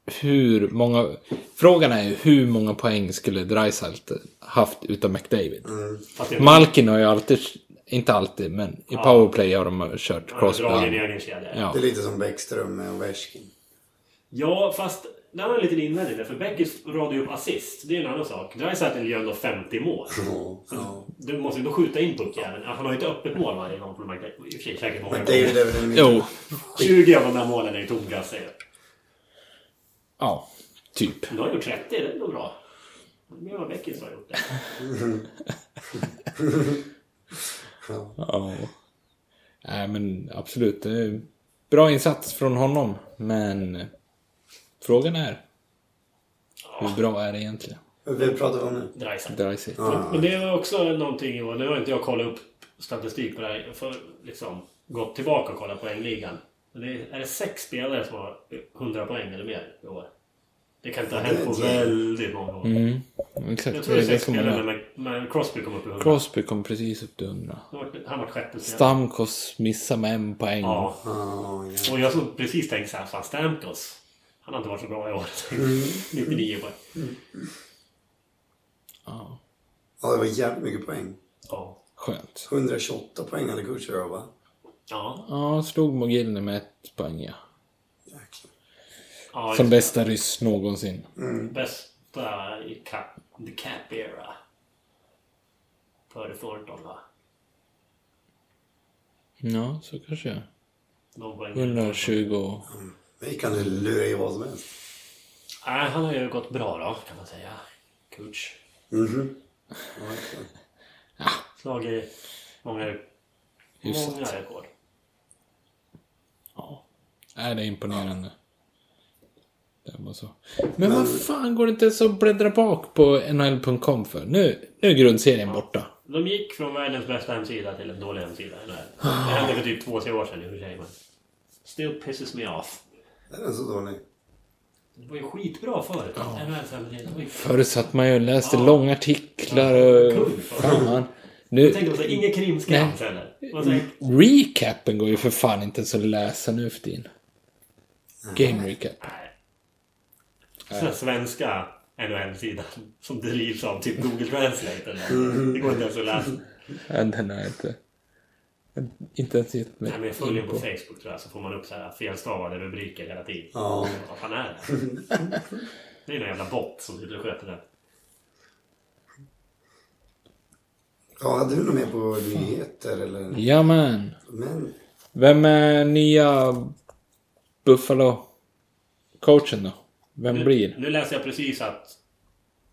Speaker 1: hur många... Frågan är ju hur många poäng skulle Dreisaitl haft utan McDavid?
Speaker 3: Fast det-
Speaker 1: Malkin har ju alltid, inte alltid, men i powerplay har de kört
Speaker 3: Han har
Speaker 1: Crosby.
Speaker 3: dragit en egen kedja.
Speaker 1: Ja.
Speaker 2: Det är lite som Bäckström med Ovechkin.
Speaker 3: Ja, fast där har jag en liten invändning. där, För Beckis radade ju upp assist. Det är en annan sak. Dreisaitl gör ändå 50 mål.
Speaker 2: Ja. ja.
Speaker 3: Du måste ju då skjuta in puckjäveln. Han har ju inte öppet mål varje gång. på de här- I och för sig säkert många
Speaker 2: Men David
Speaker 3: gånger.
Speaker 2: är väl en
Speaker 1: Jo,
Speaker 3: 20 av de där målen är ju tomkassar ju.
Speaker 1: ja, typ.
Speaker 3: Men Du har gjort 30, det är nog bra. Det är vad Beckis har gjort. Det.
Speaker 1: Ja. Nej, men absolut. det är Bra insats från honom, men frågan är hur bra är det egentligen?
Speaker 2: Vi pratar vi om nu?
Speaker 3: Dreisaitl.
Speaker 1: Dreisaitl.
Speaker 3: Men- Men det var också någonting i år. Nu har inte jag kollat upp statistik på det här. För liksom gått tillbaka och kollat poängligan. Men det är, är det sex spelare som har 100 poäng eller mer i år? Det kan inte ha hänt på
Speaker 2: Det är-
Speaker 3: väldigt många år.
Speaker 1: Mm, exakt.
Speaker 3: Jag tror det är sex
Speaker 1: kommer jag-
Speaker 3: spelare, men, men Crosby kom upp i 100.
Speaker 1: Crosby kom precis upp till 100.
Speaker 3: Han var- Han var sjätte spelare.
Speaker 1: Stamkos missar med en poäng.
Speaker 3: Ja,
Speaker 2: Ja, ja.
Speaker 3: och jag såg precis tänkte så här, fan Stamkos. Han har inte varit så bra i år.
Speaker 2: Mm.
Speaker 3: [laughs] 99 poäng.
Speaker 1: Ja,
Speaker 2: ja, det var jävligt mycket poäng.
Speaker 3: Ja.
Speaker 1: skönt.
Speaker 2: 128 poäng hade Kucherov, va?
Speaker 3: Ja.
Speaker 1: Ja, slog Mogilny med ett poäng, ja.
Speaker 2: Jäklar.
Speaker 3: ja
Speaker 1: Som
Speaker 3: just-
Speaker 1: bästa ryss någonsin.
Speaker 3: Bästa i cap, the cap era. Före Thornton va?
Speaker 1: Ja, så kanske jag.
Speaker 3: Någon poäng.
Speaker 1: Mm. 120.
Speaker 2: Vi kan ju lura i vad som helst.
Speaker 3: Nej, han har ju gått bra då kan man säga. Coach.
Speaker 2: Mhm. Ja, verkligen.
Speaker 3: Slagit många,
Speaker 1: Hyfsat.
Speaker 3: många rekord.
Speaker 1: Ja. Är det är imponerande? Det var så. Men vad fan går det inte så att bläddra bak på nhl.com för? Nu, nu är grundserien borta.
Speaker 3: De gick från världens bästa hemsida till en dålig hemsida. eller? Det hände för typ två, tre år sedan i och för sig. Men still pisses me off.
Speaker 2: Är den så dålig?
Speaker 3: Det var ju skitbra förut. NHLs hemsida var ju
Speaker 1: Förr satt man ju och läste
Speaker 3: Ja.
Speaker 1: långa artiklar och...
Speaker 3: kung förut.
Speaker 1: Fan. Nu,
Speaker 3: Jag tänkte på så här, inga krimskrams heller. Man säger,
Speaker 1: Recapen går ju för fan inte ens att läsa nu för tiden. Game recap.
Speaker 3: Så här svenska NHL-sidan som drivs av typ Google Translate eller Det går inte ens att läsa.
Speaker 1: Ja, Den har jag inte... Inte ens gett mig
Speaker 3: Nej, men jag följer på Facebook tror jag så får man upp så här felstavade rubriker hela tiden.
Speaker 2: Ja.
Speaker 3: Vad fan är det? Det är någon jävla bot som sitter och sköter det.
Speaker 2: Ja, hade du något mer på nyheter eller?
Speaker 1: Jamen.
Speaker 2: Men,
Speaker 1: Vem är nya Buffalo-coachen då? Vem
Speaker 3: Mm.
Speaker 1: blir?
Speaker 3: Nu läser jag precis att...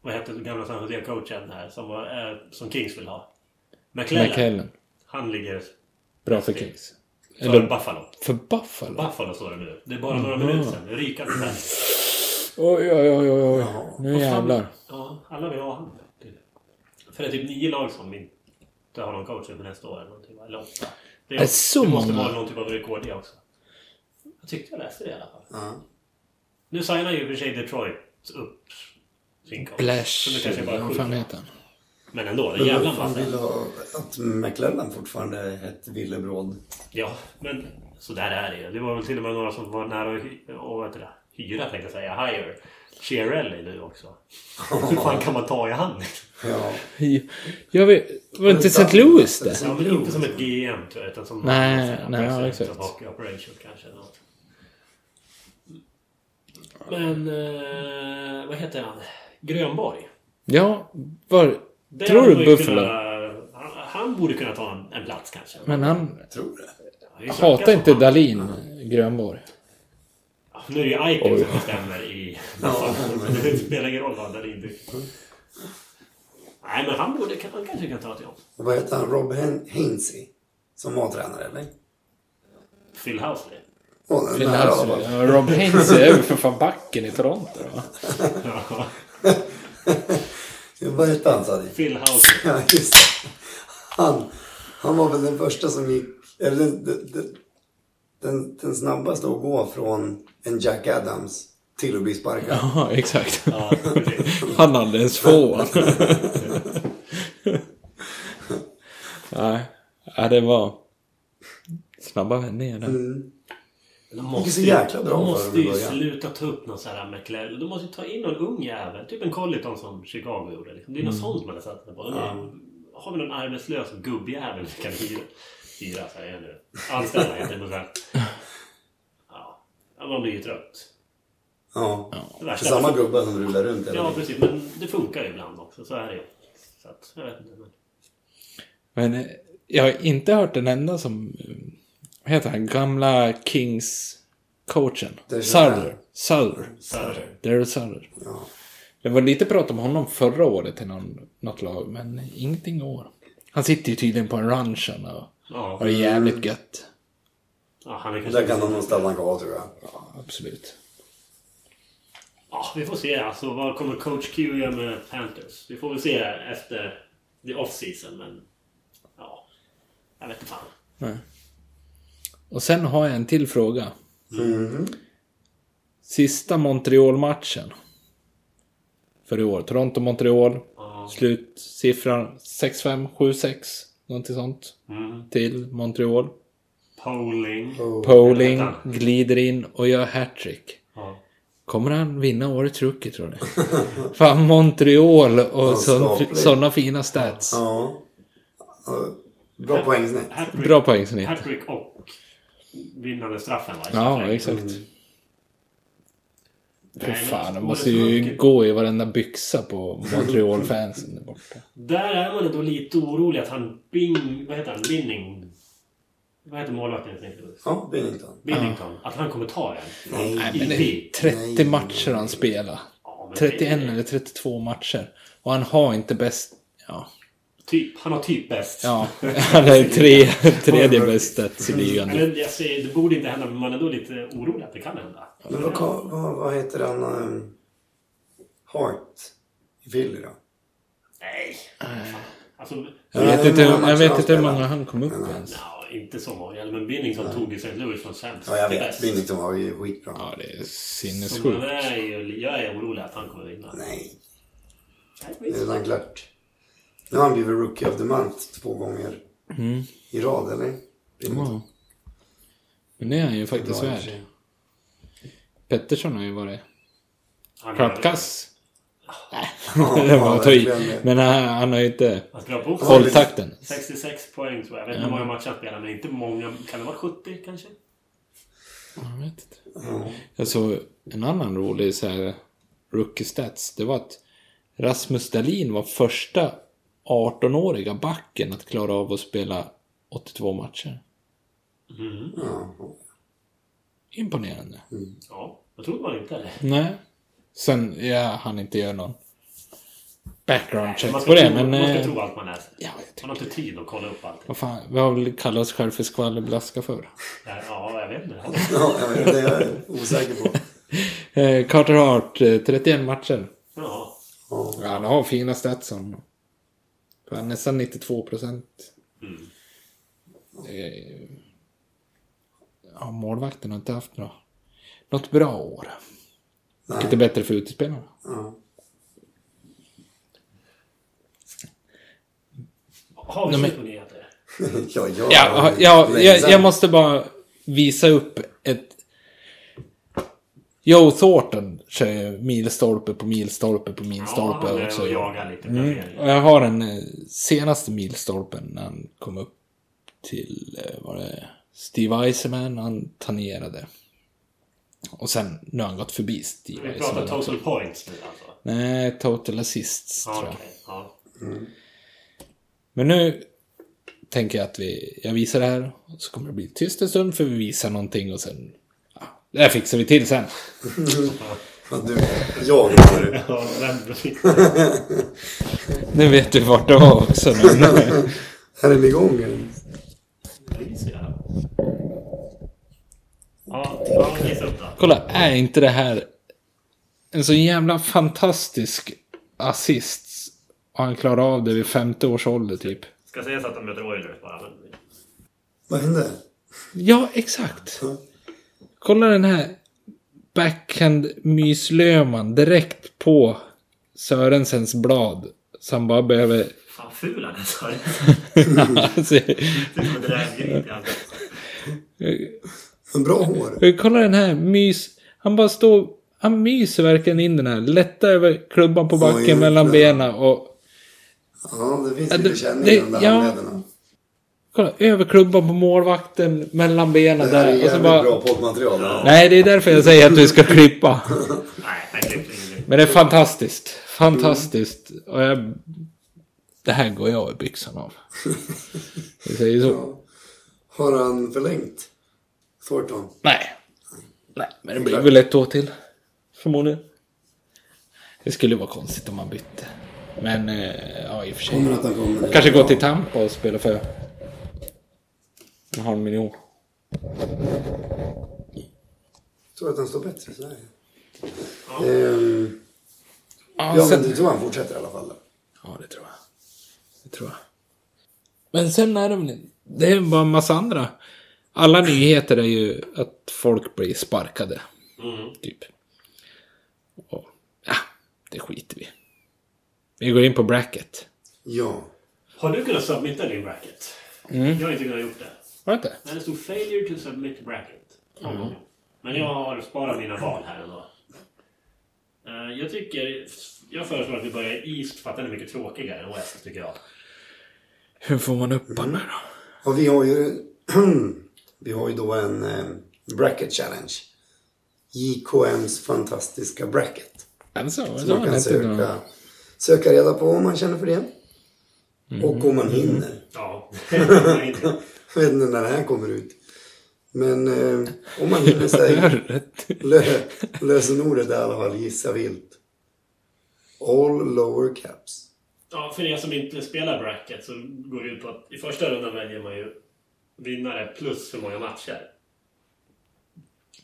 Speaker 3: Vad hette den gamla San Jose-coachen här som, var, eh, som Kings vill ha? McLellan.
Speaker 1: McKellen.
Speaker 3: Han ligger
Speaker 1: Bra för Kings.
Speaker 3: före
Speaker 1: Eller
Speaker 3: Buffalo.
Speaker 1: för Buffalo?
Speaker 3: Buffalo står det nu. Det är bara några minuter sedan. Rika procent.
Speaker 1: Oj, oj, oj, oj, oj. Nu jävlar.
Speaker 3: Ja, alla vill ha honom. För det är typ nio lag som inte har någon coach inför nästa år. typ, Eller någonting, va? eller åtta. Det,
Speaker 1: Är så
Speaker 3: det måste
Speaker 1: många?
Speaker 3: vara någon typ av rekord det också. Jag tyckte jag läste det i alla fall.
Speaker 2: Ja.
Speaker 3: Nu signar ju i och för sig Detroit upp sin coach. Så det
Speaker 1: Blash,
Speaker 3: kanske bara är
Speaker 1: vad
Speaker 3: sjukt.
Speaker 1: fan heter han?
Speaker 3: Men ändå, en
Speaker 2: Men
Speaker 3: jävla
Speaker 2: vad fan vill
Speaker 3: massa.
Speaker 2: ha att McLellan fortfarande är ett villebråd?
Speaker 3: Ja, men så där är det ju. Det var väl till och med några som var nära att hy- och, vad heter det? hyra, tänkte jag säga. Hire. Chiarelli nu
Speaker 2: [laughs]
Speaker 3: också. Hur fan kan man ta i handen?
Speaker 2: Ja.
Speaker 1: Jag vet, var det inte St. Louis det?
Speaker 3: Ja, men inte som ett GM tror jag, utan som
Speaker 1: Nej,
Speaker 3: någon sån här
Speaker 1: nej, ja,
Speaker 3: president
Speaker 1: exakt.
Speaker 3: of hockey operation kanske. eller Något. Men eh, vad heter han? Grönborg.
Speaker 1: Ja, var...
Speaker 3: Det
Speaker 1: Tror
Speaker 3: hade
Speaker 1: du
Speaker 3: man ju
Speaker 1: Buffalo?
Speaker 3: kunnat- han, han borde kunna ta en, en plats kanske.
Speaker 1: Men han
Speaker 2: Tror det.
Speaker 3: Det är ju
Speaker 1: hatar
Speaker 3: snackat
Speaker 1: inte
Speaker 3: om han.
Speaker 1: Dalin Grönborg.
Speaker 3: Ja, Nu är det ju Aiken som bestämmer i...
Speaker 2: Ja.
Speaker 3: det spelar ingen roll vad Dahlin tycker. Nej, men han, borde, han kanske kan ta ett jobb.
Speaker 2: Och vad heter han? Rob Hen- Hainsey? Som var tränare, eller?
Speaker 3: Phil Housley.
Speaker 2: Åh, den
Speaker 1: Phil
Speaker 2: nära
Speaker 1: Housley.
Speaker 2: av.
Speaker 1: Ja, Rob Haynes är ju för fan backen i Toronto. Va?
Speaker 3: Ja,
Speaker 2: Vad hette han, sa du? [laughs]
Speaker 3: Phil Housley.
Speaker 2: Ja, just det. Han, han var väl den första som gick... Eller den, den, den, den snabbaste att gå från en Jack Adams till att bli sparkad.
Speaker 1: Ja, exakt.
Speaker 3: Ja, precis.
Speaker 1: Han hade ens [laughs] få. Nej, ja, det var snabba vändningar där.
Speaker 2: Mm.
Speaker 3: De
Speaker 2: gick
Speaker 3: måste
Speaker 2: så
Speaker 3: ju,
Speaker 2: jäkla bra
Speaker 3: de
Speaker 2: för
Speaker 3: måste
Speaker 2: dem i
Speaker 3: ju
Speaker 2: början.
Speaker 3: sluta ta upp någon sån här McLaren. De måste ju ta in någon ung jävel. Typ en Colliton som Chicago gjorde. Liksom. Det är något sånt man har satt på. De är, Har vi någon arbetslös gubbjävel vi kan hyra? Hyra, säger jag nu. Anställa heter det på svenska. Ja, Ja, man blir ju trött.
Speaker 2: Ja.
Speaker 3: Det
Speaker 2: För
Speaker 3: värsta-
Speaker 2: samma gubbar som rullar runt. Eller?
Speaker 3: Ja, precis. Men det funkar ju ibland också. Så är det ju. Så att, jag vet inte. Men...
Speaker 1: Men eh, jag har inte hört den enda som... eh, Vad heter han? Gamla Kings-coachen.
Speaker 2: Det är så
Speaker 1: Sutter.
Speaker 2: här.
Speaker 1: Sutter.
Speaker 3: Så är det.
Speaker 1: Daryl Sutter.
Speaker 2: Ja.
Speaker 1: Det var lite prat om honom förra året i någon, något lag, men ingenting i år. Han sitter ju tydligen på en ranch han och har
Speaker 3: Ja.
Speaker 1: det jävligt gött.
Speaker 3: ja, han är
Speaker 2: Där
Speaker 3: kanske...
Speaker 2: kan de stanna kvar, tror jag.
Speaker 1: Ja, absolut.
Speaker 3: Ja, vi får se. Alltså, vad kommer coach Q göra med Panthers? Vi får väl se efter the off-season, men... Ja. Jag vet inte fan.
Speaker 1: Nej. Och sen har jag en till fråga. Sista Montreal-matchen. För i år. Toronto-Montreal.
Speaker 3: Ja.
Speaker 1: Slutsiffran 6-5, 7-6. Någonting sånt.
Speaker 3: Mm.
Speaker 1: Till Montreal.
Speaker 3: Polling.
Speaker 1: Oh. Poling
Speaker 3: Vänta.
Speaker 1: glider in och gör hattrick.
Speaker 3: Ja.
Speaker 1: Kommer han vinna årets rookie tror ni? [laughs] Fan Montreal och
Speaker 2: Anskapligt.
Speaker 1: sådana fina stats.
Speaker 2: Ja. Ja. Bra poängsnitt.
Speaker 3: Hattrick,
Speaker 1: Bra poängsnitt.
Speaker 3: hattrick och vinnande straffen, va?
Speaker 1: Ja, exakt. Fy
Speaker 3: men
Speaker 1: fan, de
Speaker 3: årets
Speaker 1: måste ju
Speaker 3: rookie.
Speaker 1: gå i varenda byxa på Montreal-fansen där borta.
Speaker 3: Där är man ändå lite orolig att han... Bing... Vad heter han? Binning... Vad heter målvakten? jag tänkte på?
Speaker 2: Ja, Binnington.
Speaker 3: Binnington. Att han kommer ta den.
Speaker 2: Nej.
Speaker 1: Nej, men det
Speaker 3: Nej.
Speaker 1: är 30 matcher han spelar.
Speaker 3: Ja, men det-
Speaker 1: 31 eller 32 matcher. Och han har inte bäst... Ja.
Speaker 3: Typ. Han har typ bäst.
Speaker 1: Ja, [laughs] han är tre, tredje bäst stats i ligan.
Speaker 3: Eller jag säger, det borde inte hända, men man är ändå lite orolig att det kan hända.
Speaker 2: Men vad, ka- vad, vad heter han? ehm, Hart i Philly då?
Speaker 3: Nej. Alltså,
Speaker 1: Jag vet inte, jag vet inte hur många han kom upp i ens.
Speaker 3: ja, inte så många. Men Binnington tog ju St. Louis från sämst
Speaker 2: Ja, jag
Speaker 3: till
Speaker 2: vet.
Speaker 3: bäst.
Speaker 2: Binnington var ju skitbra.
Speaker 1: Ja, det är
Speaker 3: Så man
Speaker 1: sinnessjukt.
Speaker 3: är ju, jag är orolig att han kommer vinna.
Speaker 2: Nej,
Speaker 3: Nej,
Speaker 2: det är
Speaker 3: visst.
Speaker 2: redan klart. Nu har han blivit Rookie of the Month två gånger
Speaker 1: Mm.
Speaker 2: i rad, eller? Binnington.
Speaker 1: Ja. Men det är han ju faktiskt
Speaker 2: Bra i och
Speaker 1: värd.
Speaker 2: för sig.
Speaker 1: Pettersson har ju varit
Speaker 3: Han är-
Speaker 1: klappkass.
Speaker 2: Ja,
Speaker 1: [laughs] Det var att ta i.
Speaker 2: verkligen.
Speaker 1: Men han, han har ju inte
Speaker 3: Han spelar på
Speaker 2: Kolla.
Speaker 1: hållit takten.
Speaker 3: 66 poäng tror jag. Jag vet inte hur många matcher han spelar, men inte många. Kan det vara 70 kanske?
Speaker 1: Jag vet inte. Jag såg en annan rolig så här rookie stats. Det var att Rasmus Dahlin var första 18-åriga backen att klara av att spela 82 matcher.
Speaker 2: Ja.
Speaker 1: Imponerande.
Speaker 3: Ja, det trodde man inte. Eller?
Speaker 1: Nej. Sen, ja, han inte gör någon background
Speaker 3: Man
Speaker 1: check
Speaker 3: ska,
Speaker 1: på det,
Speaker 3: tro,
Speaker 1: men...
Speaker 3: man ska
Speaker 1: eh,
Speaker 3: tro allt man läser.
Speaker 1: Ja, jag tycker...
Speaker 3: Man har inte tid att kolla upp allting.
Speaker 1: Vad fan, vi har väl kallat oss själva för skvallerblaska förr.
Speaker 3: Ja, jag vet inte.
Speaker 2: Ja, jag vet, det är jag osäker på. [laughs]
Speaker 1: Eh, Carter Hart, eh, 31 matcher.
Speaker 3: Ja.
Speaker 2: Ja.
Speaker 1: Ja, han har fina stats som... Fan, nästan 92 procent. Mm. fan, Eh, målvakten har inte haft något, något bra år. Vilket är
Speaker 2: Nej.
Speaker 1: bättre för utespelarna.
Speaker 2: Ja.
Speaker 3: Har vi
Speaker 1: Nej, men-
Speaker 3: slut på nyheter?
Speaker 2: ja, ja,
Speaker 1: Ja, ja, jag, jag måste bara visa upp ett... Joe Thornton kör ju milstolpe på milstolpe på milstolpe.
Speaker 3: Ja, han är
Speaker 1: också.
Speaker 3: och jagar lite
Speaker 1: Mm.
Speaker 3: placeringar.
Speaker 1: Och jag har den eh, senaste milstolpen när han kom upp till, eh, var det Steve Eisenman han tangerade. Och sen, nu har han gått förbi Steve
Speaker 3: Vi pratar
Speaker 1: Eisenman.
Speaker 3: total points nu alltså.
Speaker 1: Nej, total assists
Speaker 3: Ja,
Speaker 1: tror jag.
Speaker 3: okej. Ja.
Speaker 1: Men nu tänker jag att vi, jag visar det här och så kommer det bli tyst en stund för vi visar någonting och sen... Ja, det här fixar vi till sen.
Speaker 2: Ja, du, jag menar du.
Speaker 3: Ja, den-
Speaker 1: Nu vet du vart det var också.
Speaker 3: [laughs]
Speaker 1: Men,
Speaker 2: Är den igång eller?
Speaker 3: den är så jävla bra. Ja, ja, gissa upp då.
Speaker 1: kolla, är inte det här en så jävla fantastisk assist? Och han klarar av det vid 50 års ålder typ.
Speaker 3: Ska sägas att de möter Oilers bara. Men...
Speaker 2: Vad hände?
Speaker 1: Ja, exakt. Kolla den här backhand-myslöman direkt på Sörensens blad. Som bara behöver... [laughs]
Speaker 3: Fan, ful han är. sa jag.
Speaker 1: alltså,
Speaker 3: Det är som ett rävgryt i ansiktet.
Speaker 2: En bra hår.
Speaker 1: kolla den här mys... Han bara står... Han myser verkligen in den här. Lättar över klubban på backen
Speaker 2: Oj,
Speaker 1: mellan
Speaker 2: ja.
Speaker 1: benen och...
Speaker 2: Ja, det finns
Speaker 1: Ja, det-
Speaker 2: lite känning
Speaker 1: det-
Speaker 2: i de där
Speaker 1: ja.
Speaker 2: handlederna.
Speaker 1: Kolla, över klubban på målvakten, mellan benen
Speaker 2: Det här är
Speaker 1: där. Och så
Speaker 2: jävligt
Speaker 1: bara...
Speaker 2: bra poddmaterial.
Speaker 1: Nej, det är därför jag säger att du ska klippa.
Speaker 3: Nej, nej, klipp, klipp, klipp.
Speaker 1: Men det är fantastiskt. Fantastiskt. Och jag... Det här går jag i byxan av. Vi säger så.
Speaker 2: Har han förlängt? Thornton?
Speaker 1: Nej. Nej, men det blir väl ett år till. Förmodligen. Det skulle vara konstigt om man bytte. Men, eh, ja i och för sig.
Speaker 2: Kommer att han kommer?
Speaker 1: Kanske gå till Tampa och spela för en halv miljon.
Speaker 2: Jag tror att han står bättre sådär. Ehm,
Speaker 1: Ja,
Speaker 2: ja,
Speaker 1: sen...
Speaker 2: men du tror han fortsätter i alla fall. då.
Speaker 1: ja, det tror jag. Det tror jag. Men sen är det väl... Det är bara en massa andra. Alla nyheter är ju att folk blir sparkade.
Speaker 3: Mm.
Speaker 1: Typ. Och, ja, det skiter vi i. Vi går in på bracket.
Speaker 2: Ja.
Speaker 3: Har du kunnat submitta din bracket?
Speaker 1: Mm.
Speaker 3: Jag har inte kunnat gjort det.
Speaker 1: Var det inte?
Speaker 3: Men det stod failure to submit bracket. Mm. Men jag har sparat mina val här ändå. Eh, Jag tycker... Jag föreslår att vi börjar i East för att den är mycket tråkigare än West tycker jag.
Speaker 1: Hur får man upp alla då?
Speaker 2: Och vi har ju, [clears throat] vi har ju då en eh, bracket challenge. JKMs fantastiska bracket.
Speaker 1: Alltså, det
Speaker 2: Som man
Speaker 1: var
Speaker 2: kan
Speaker 1: inte någon-
Speaker 2: söka, söka reda på om man känner för det.
Speaker 1: Mm.
Speaker 2: Och om man hinner.
Speaker 3: Ja. Nej, inte.
Speaker 2: Jag vet inte när det här kommer ut. Men eh, om
Speaker 1: [laughs]
Speaker 2: man hinner
Speaker 1: Det har
Speaker 2: säga
Speaker 1: du rätt.
Speaker 2: lö, lösenordet är i alla fall gissa vilt. All lower caps.
Speaker 3: [laughs] ja, för er som inte spelar bracket så går det ut på att i första rundan väljer man ju vinnare plus hur många matcher.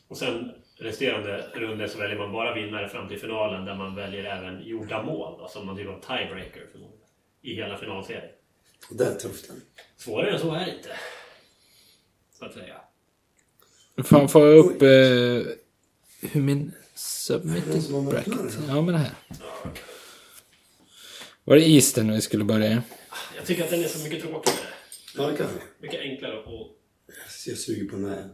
Speaker 3: Och sen resterande runder så väljer man bara vinnare fram till finalen där man väljer även gjorda mål då, som någon typ av tiebreaker förmodligen, i hela finalserien.
Speaker 2: Det är tufft. den.
Speaker 3: Svårare än så är det inte. Så att säga.
Speaker 1: Fan, får jag upp eh, hur min submitted
Speaker 2: som har öppnat
Speaker 1: bracket? Ja, men det här. Var det Eastern vi skulle börja i?
Speaker 3: Jag tycker att den är så mycket tråkigare.
Speaker 2: Ja, det kan vi.
Speaker 3: Mycket enklare att,
Speaker 2: Jag suger på den här.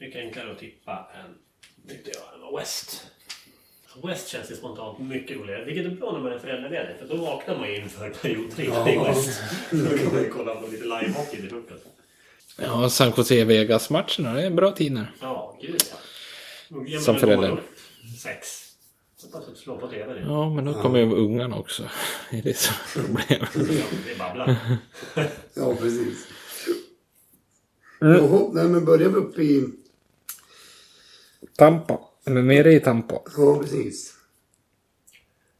Speaker 3: mycket enklare att tippa än, tyckte jag, än vad West. West känns ju spontant mycket roligare, vilket är bra när man är föräldraledig för då vaknar man ju inför period 3 i West. Då kan man ju kolla på lite livehockey till frukost.
Speaker 1: Ja, San Jose Vegas-matcherna. Det är en bra tid nu.
Speaker 3: Ja, gud ja. Då ger man
Speaker 1: Som
Speaker 3: en
Speaker 1: förälder.
Speaker 3: dålig Sex. Hoppas att du slår på TV nu.
Speaker 1: Ja, men då kommer ju ungarna också. [laughs] Det är det som är problemet.
Speaker 3: Ja, vi babblar.
Speaker 2: Ja, precis.
Speaker 1: Mm.
Speaker 2: Jaha, nej, men börjar vi upp i...
Speaker 1: Tampa. Eller nere i Tampa.
Speaker 2: Ja, precis.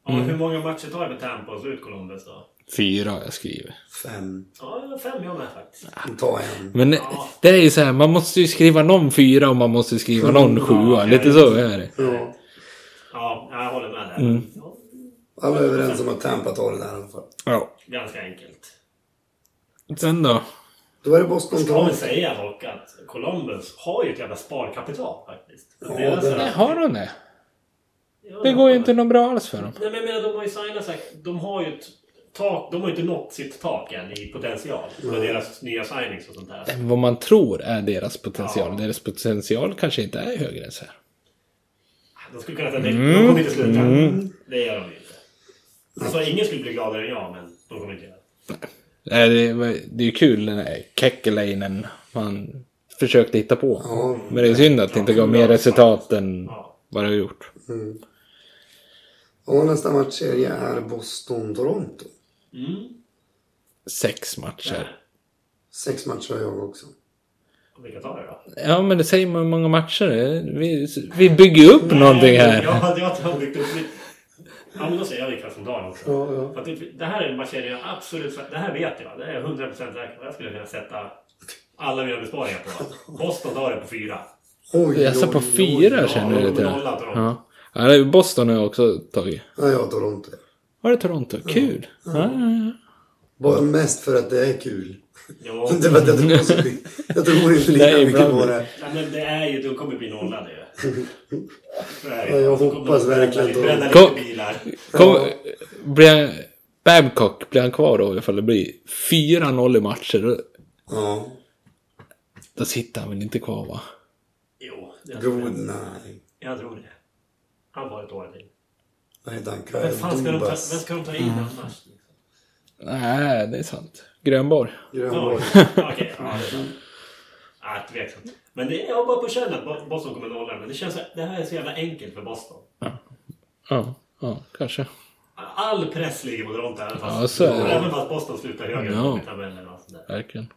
Speaker 3: Ja, men hur många matcher tar det med Tampa ut Columbus då?
Speaker 1: Fyra har jag skrivit.
Speaker 2: Fem.
Speaker 3: Ja, fem jag med faktiskt.
Speaker 2: Ta en.
Speaker 1: Men
Speaker 3: Ja.
Speaker 1: det är ju så här, man måste ju skriva någon fyra och man måste skriva någon sjua. Lite så är det.
Speaker 2: Ja.
Speaker 3: Ja, jag håller med där.
Speaker 1: Mm.
Speaker 3: Ja,
Speaker 2: Alla är överens om att Tampa tar det där i alla fall.
Speaker 1: Ja.
Speaker 3: ganska enkelt.
Speaker 1: Sen då?
Speaker 2: Då var det Boston
Speaker 3: Ska man
Speaker 2: College.
Speaker 3: säga dock att Columbus har ju ett jävla sparkapital faktiskt.
Speaker 2: Ja,
Speaker 3: Det är
Speaker 2: det-
Speaker 3: så här-
Speaker 1: Nej, har de det?
Speaker 3: Ja,
Speaker 1: Det
Speaker 3: de
Speaker 1: går ju
Speaker 3: har-
Speaker 1: inte något bra alls för dem.
Speaker 3: Nej men jag menar de har ju signat så här, De har ju ett tak. De har ju inte nått sitt tak än i potential. Med deras nya signings och sånt där.
Speaker 1: Vad man tror är deras potential.
Speaker 3: Ja.
Speaker 1: Deras potential kanske inte är högre än så här.
Speaker 3: De skulle kunna säga att
Speaker 1: Mm.
Speaker 3: de kommer inte sluta. Det gör de ju inte. Alltså ingen skulle bli gladare än jag men de kommer inte göra det.
Speaker 1: Nej, Det är, det är ju kul den där Kekkelainen. Man försökte hitta på.
Speaker 2: Ja.
Speaker 1: Men det är synd att det inte gav mer resultat än
Speaker 3: Ja.
Speaker 1: vad det har gjort.
Speaker 2: Och nästa matchserie är Boston-Toronto.
Speaker 3: Mm.
Speaker 1: Sex matcher.
Speaker 2: Sex matcher har jag också.
Speaker 3: Och Vilka tar det då?
Speaker 1: Ja, men det säger man hur många matcher det är. Vi, vi bygger ju upp någonting här.
Speaker 3: Ja, jag tar byggt upp mitt. Ja, men då säger jag vilka som tar också.
Speaker 2: Ja, ja.
Speaker 3: För att det, det här är en match jag absolut... Det här vet jag. Det är jag 100% säker på. Jag skulle kunna sätta alla mina besparingar på. Boston tar det på fyra.
Speaker 2: Oj,
Speaker 1: Jag sa
Speaker 2: oj,
Speaker 1: på
Speaker 2: oj.
Speaker 1: fyra
Speaker 3: Ja,
Speaker 1: känner jag
Speaker 3: de
Speaker 1: lite.
Speaker 3: nollar Toronto.
Speaker 1: Ja. ja, det är Boston har jag också tagit.
Speaker 2: Ja, jag har Toronto.
Speaker 1: Var det Toronto? Kul! Ja, ja, ja.
Speaker 2: Bara mest för att det är kul.
Speaker 3: Jo,
Speaker 2: [laughs] Det var, jag, tror så, jag tror inte
Speaker 1: Nej,
Speaker 2: lika mycket
Speaker 1: ibland.
Speaker 2: på det.
Speaker 3: ja, men det är ju... De kommer bli nollade ju. Så är det.
Speaker 2: Ja, jag
Speaker 3: Så
Speaker 2: hoppas
Speaker 3: kommer de bränna
Speaker 2: verkligen
Speaker 3: lite-
Speaker 2: då.
Speaker 3: Bränna
Speaker 1: Kom.
Speaker 3: lite bilar.
Speaker 1: Kom, blir han, Babcock, blir han kvar då ifall det blir 4-0 i matcher? Då,
Speaker 2: Ja.
Speaker 1: då sitter han väl inte kvar va?
Speaker 3: Jo, jag tror,
Speaker 2: God
Speaker 3: det.
Speaker 2: nej.
Speaker 3: jag tror det. Han var ett år till.
Speaker 2: Vad heter han?
Speaker 3: Vem fan
Speaker 2: Kyle
Speaker 3: ska de ta, vem
Speaker 2: Dubas.
Speaker 3: ska de ta
Speaker 1: Mm.
Speaker 3: in annars?
Speaker 1: Nej, det är sant. Grönborg.
Speaker 2: Grönborg.
Speaker 3: Ja, [laughs] Okej, ja, det är sant. Ja, tveksamt. Men det är jag har bara på känn att Bo- Boston kommer nolla. Men det känns så, det här är så jävla enkelt för Boston.
Speaker 1: Ja, ja kanske.
Speaker 3: All press ligger på Toronto även fast,
Speaker 1: Ja, så är det.
Speaker 3: även fast Boston slutar högre
Speaker 1: Ja.
Speaker 3: i tabellen. Och, sånt där.
Speaker 1: Verkligen.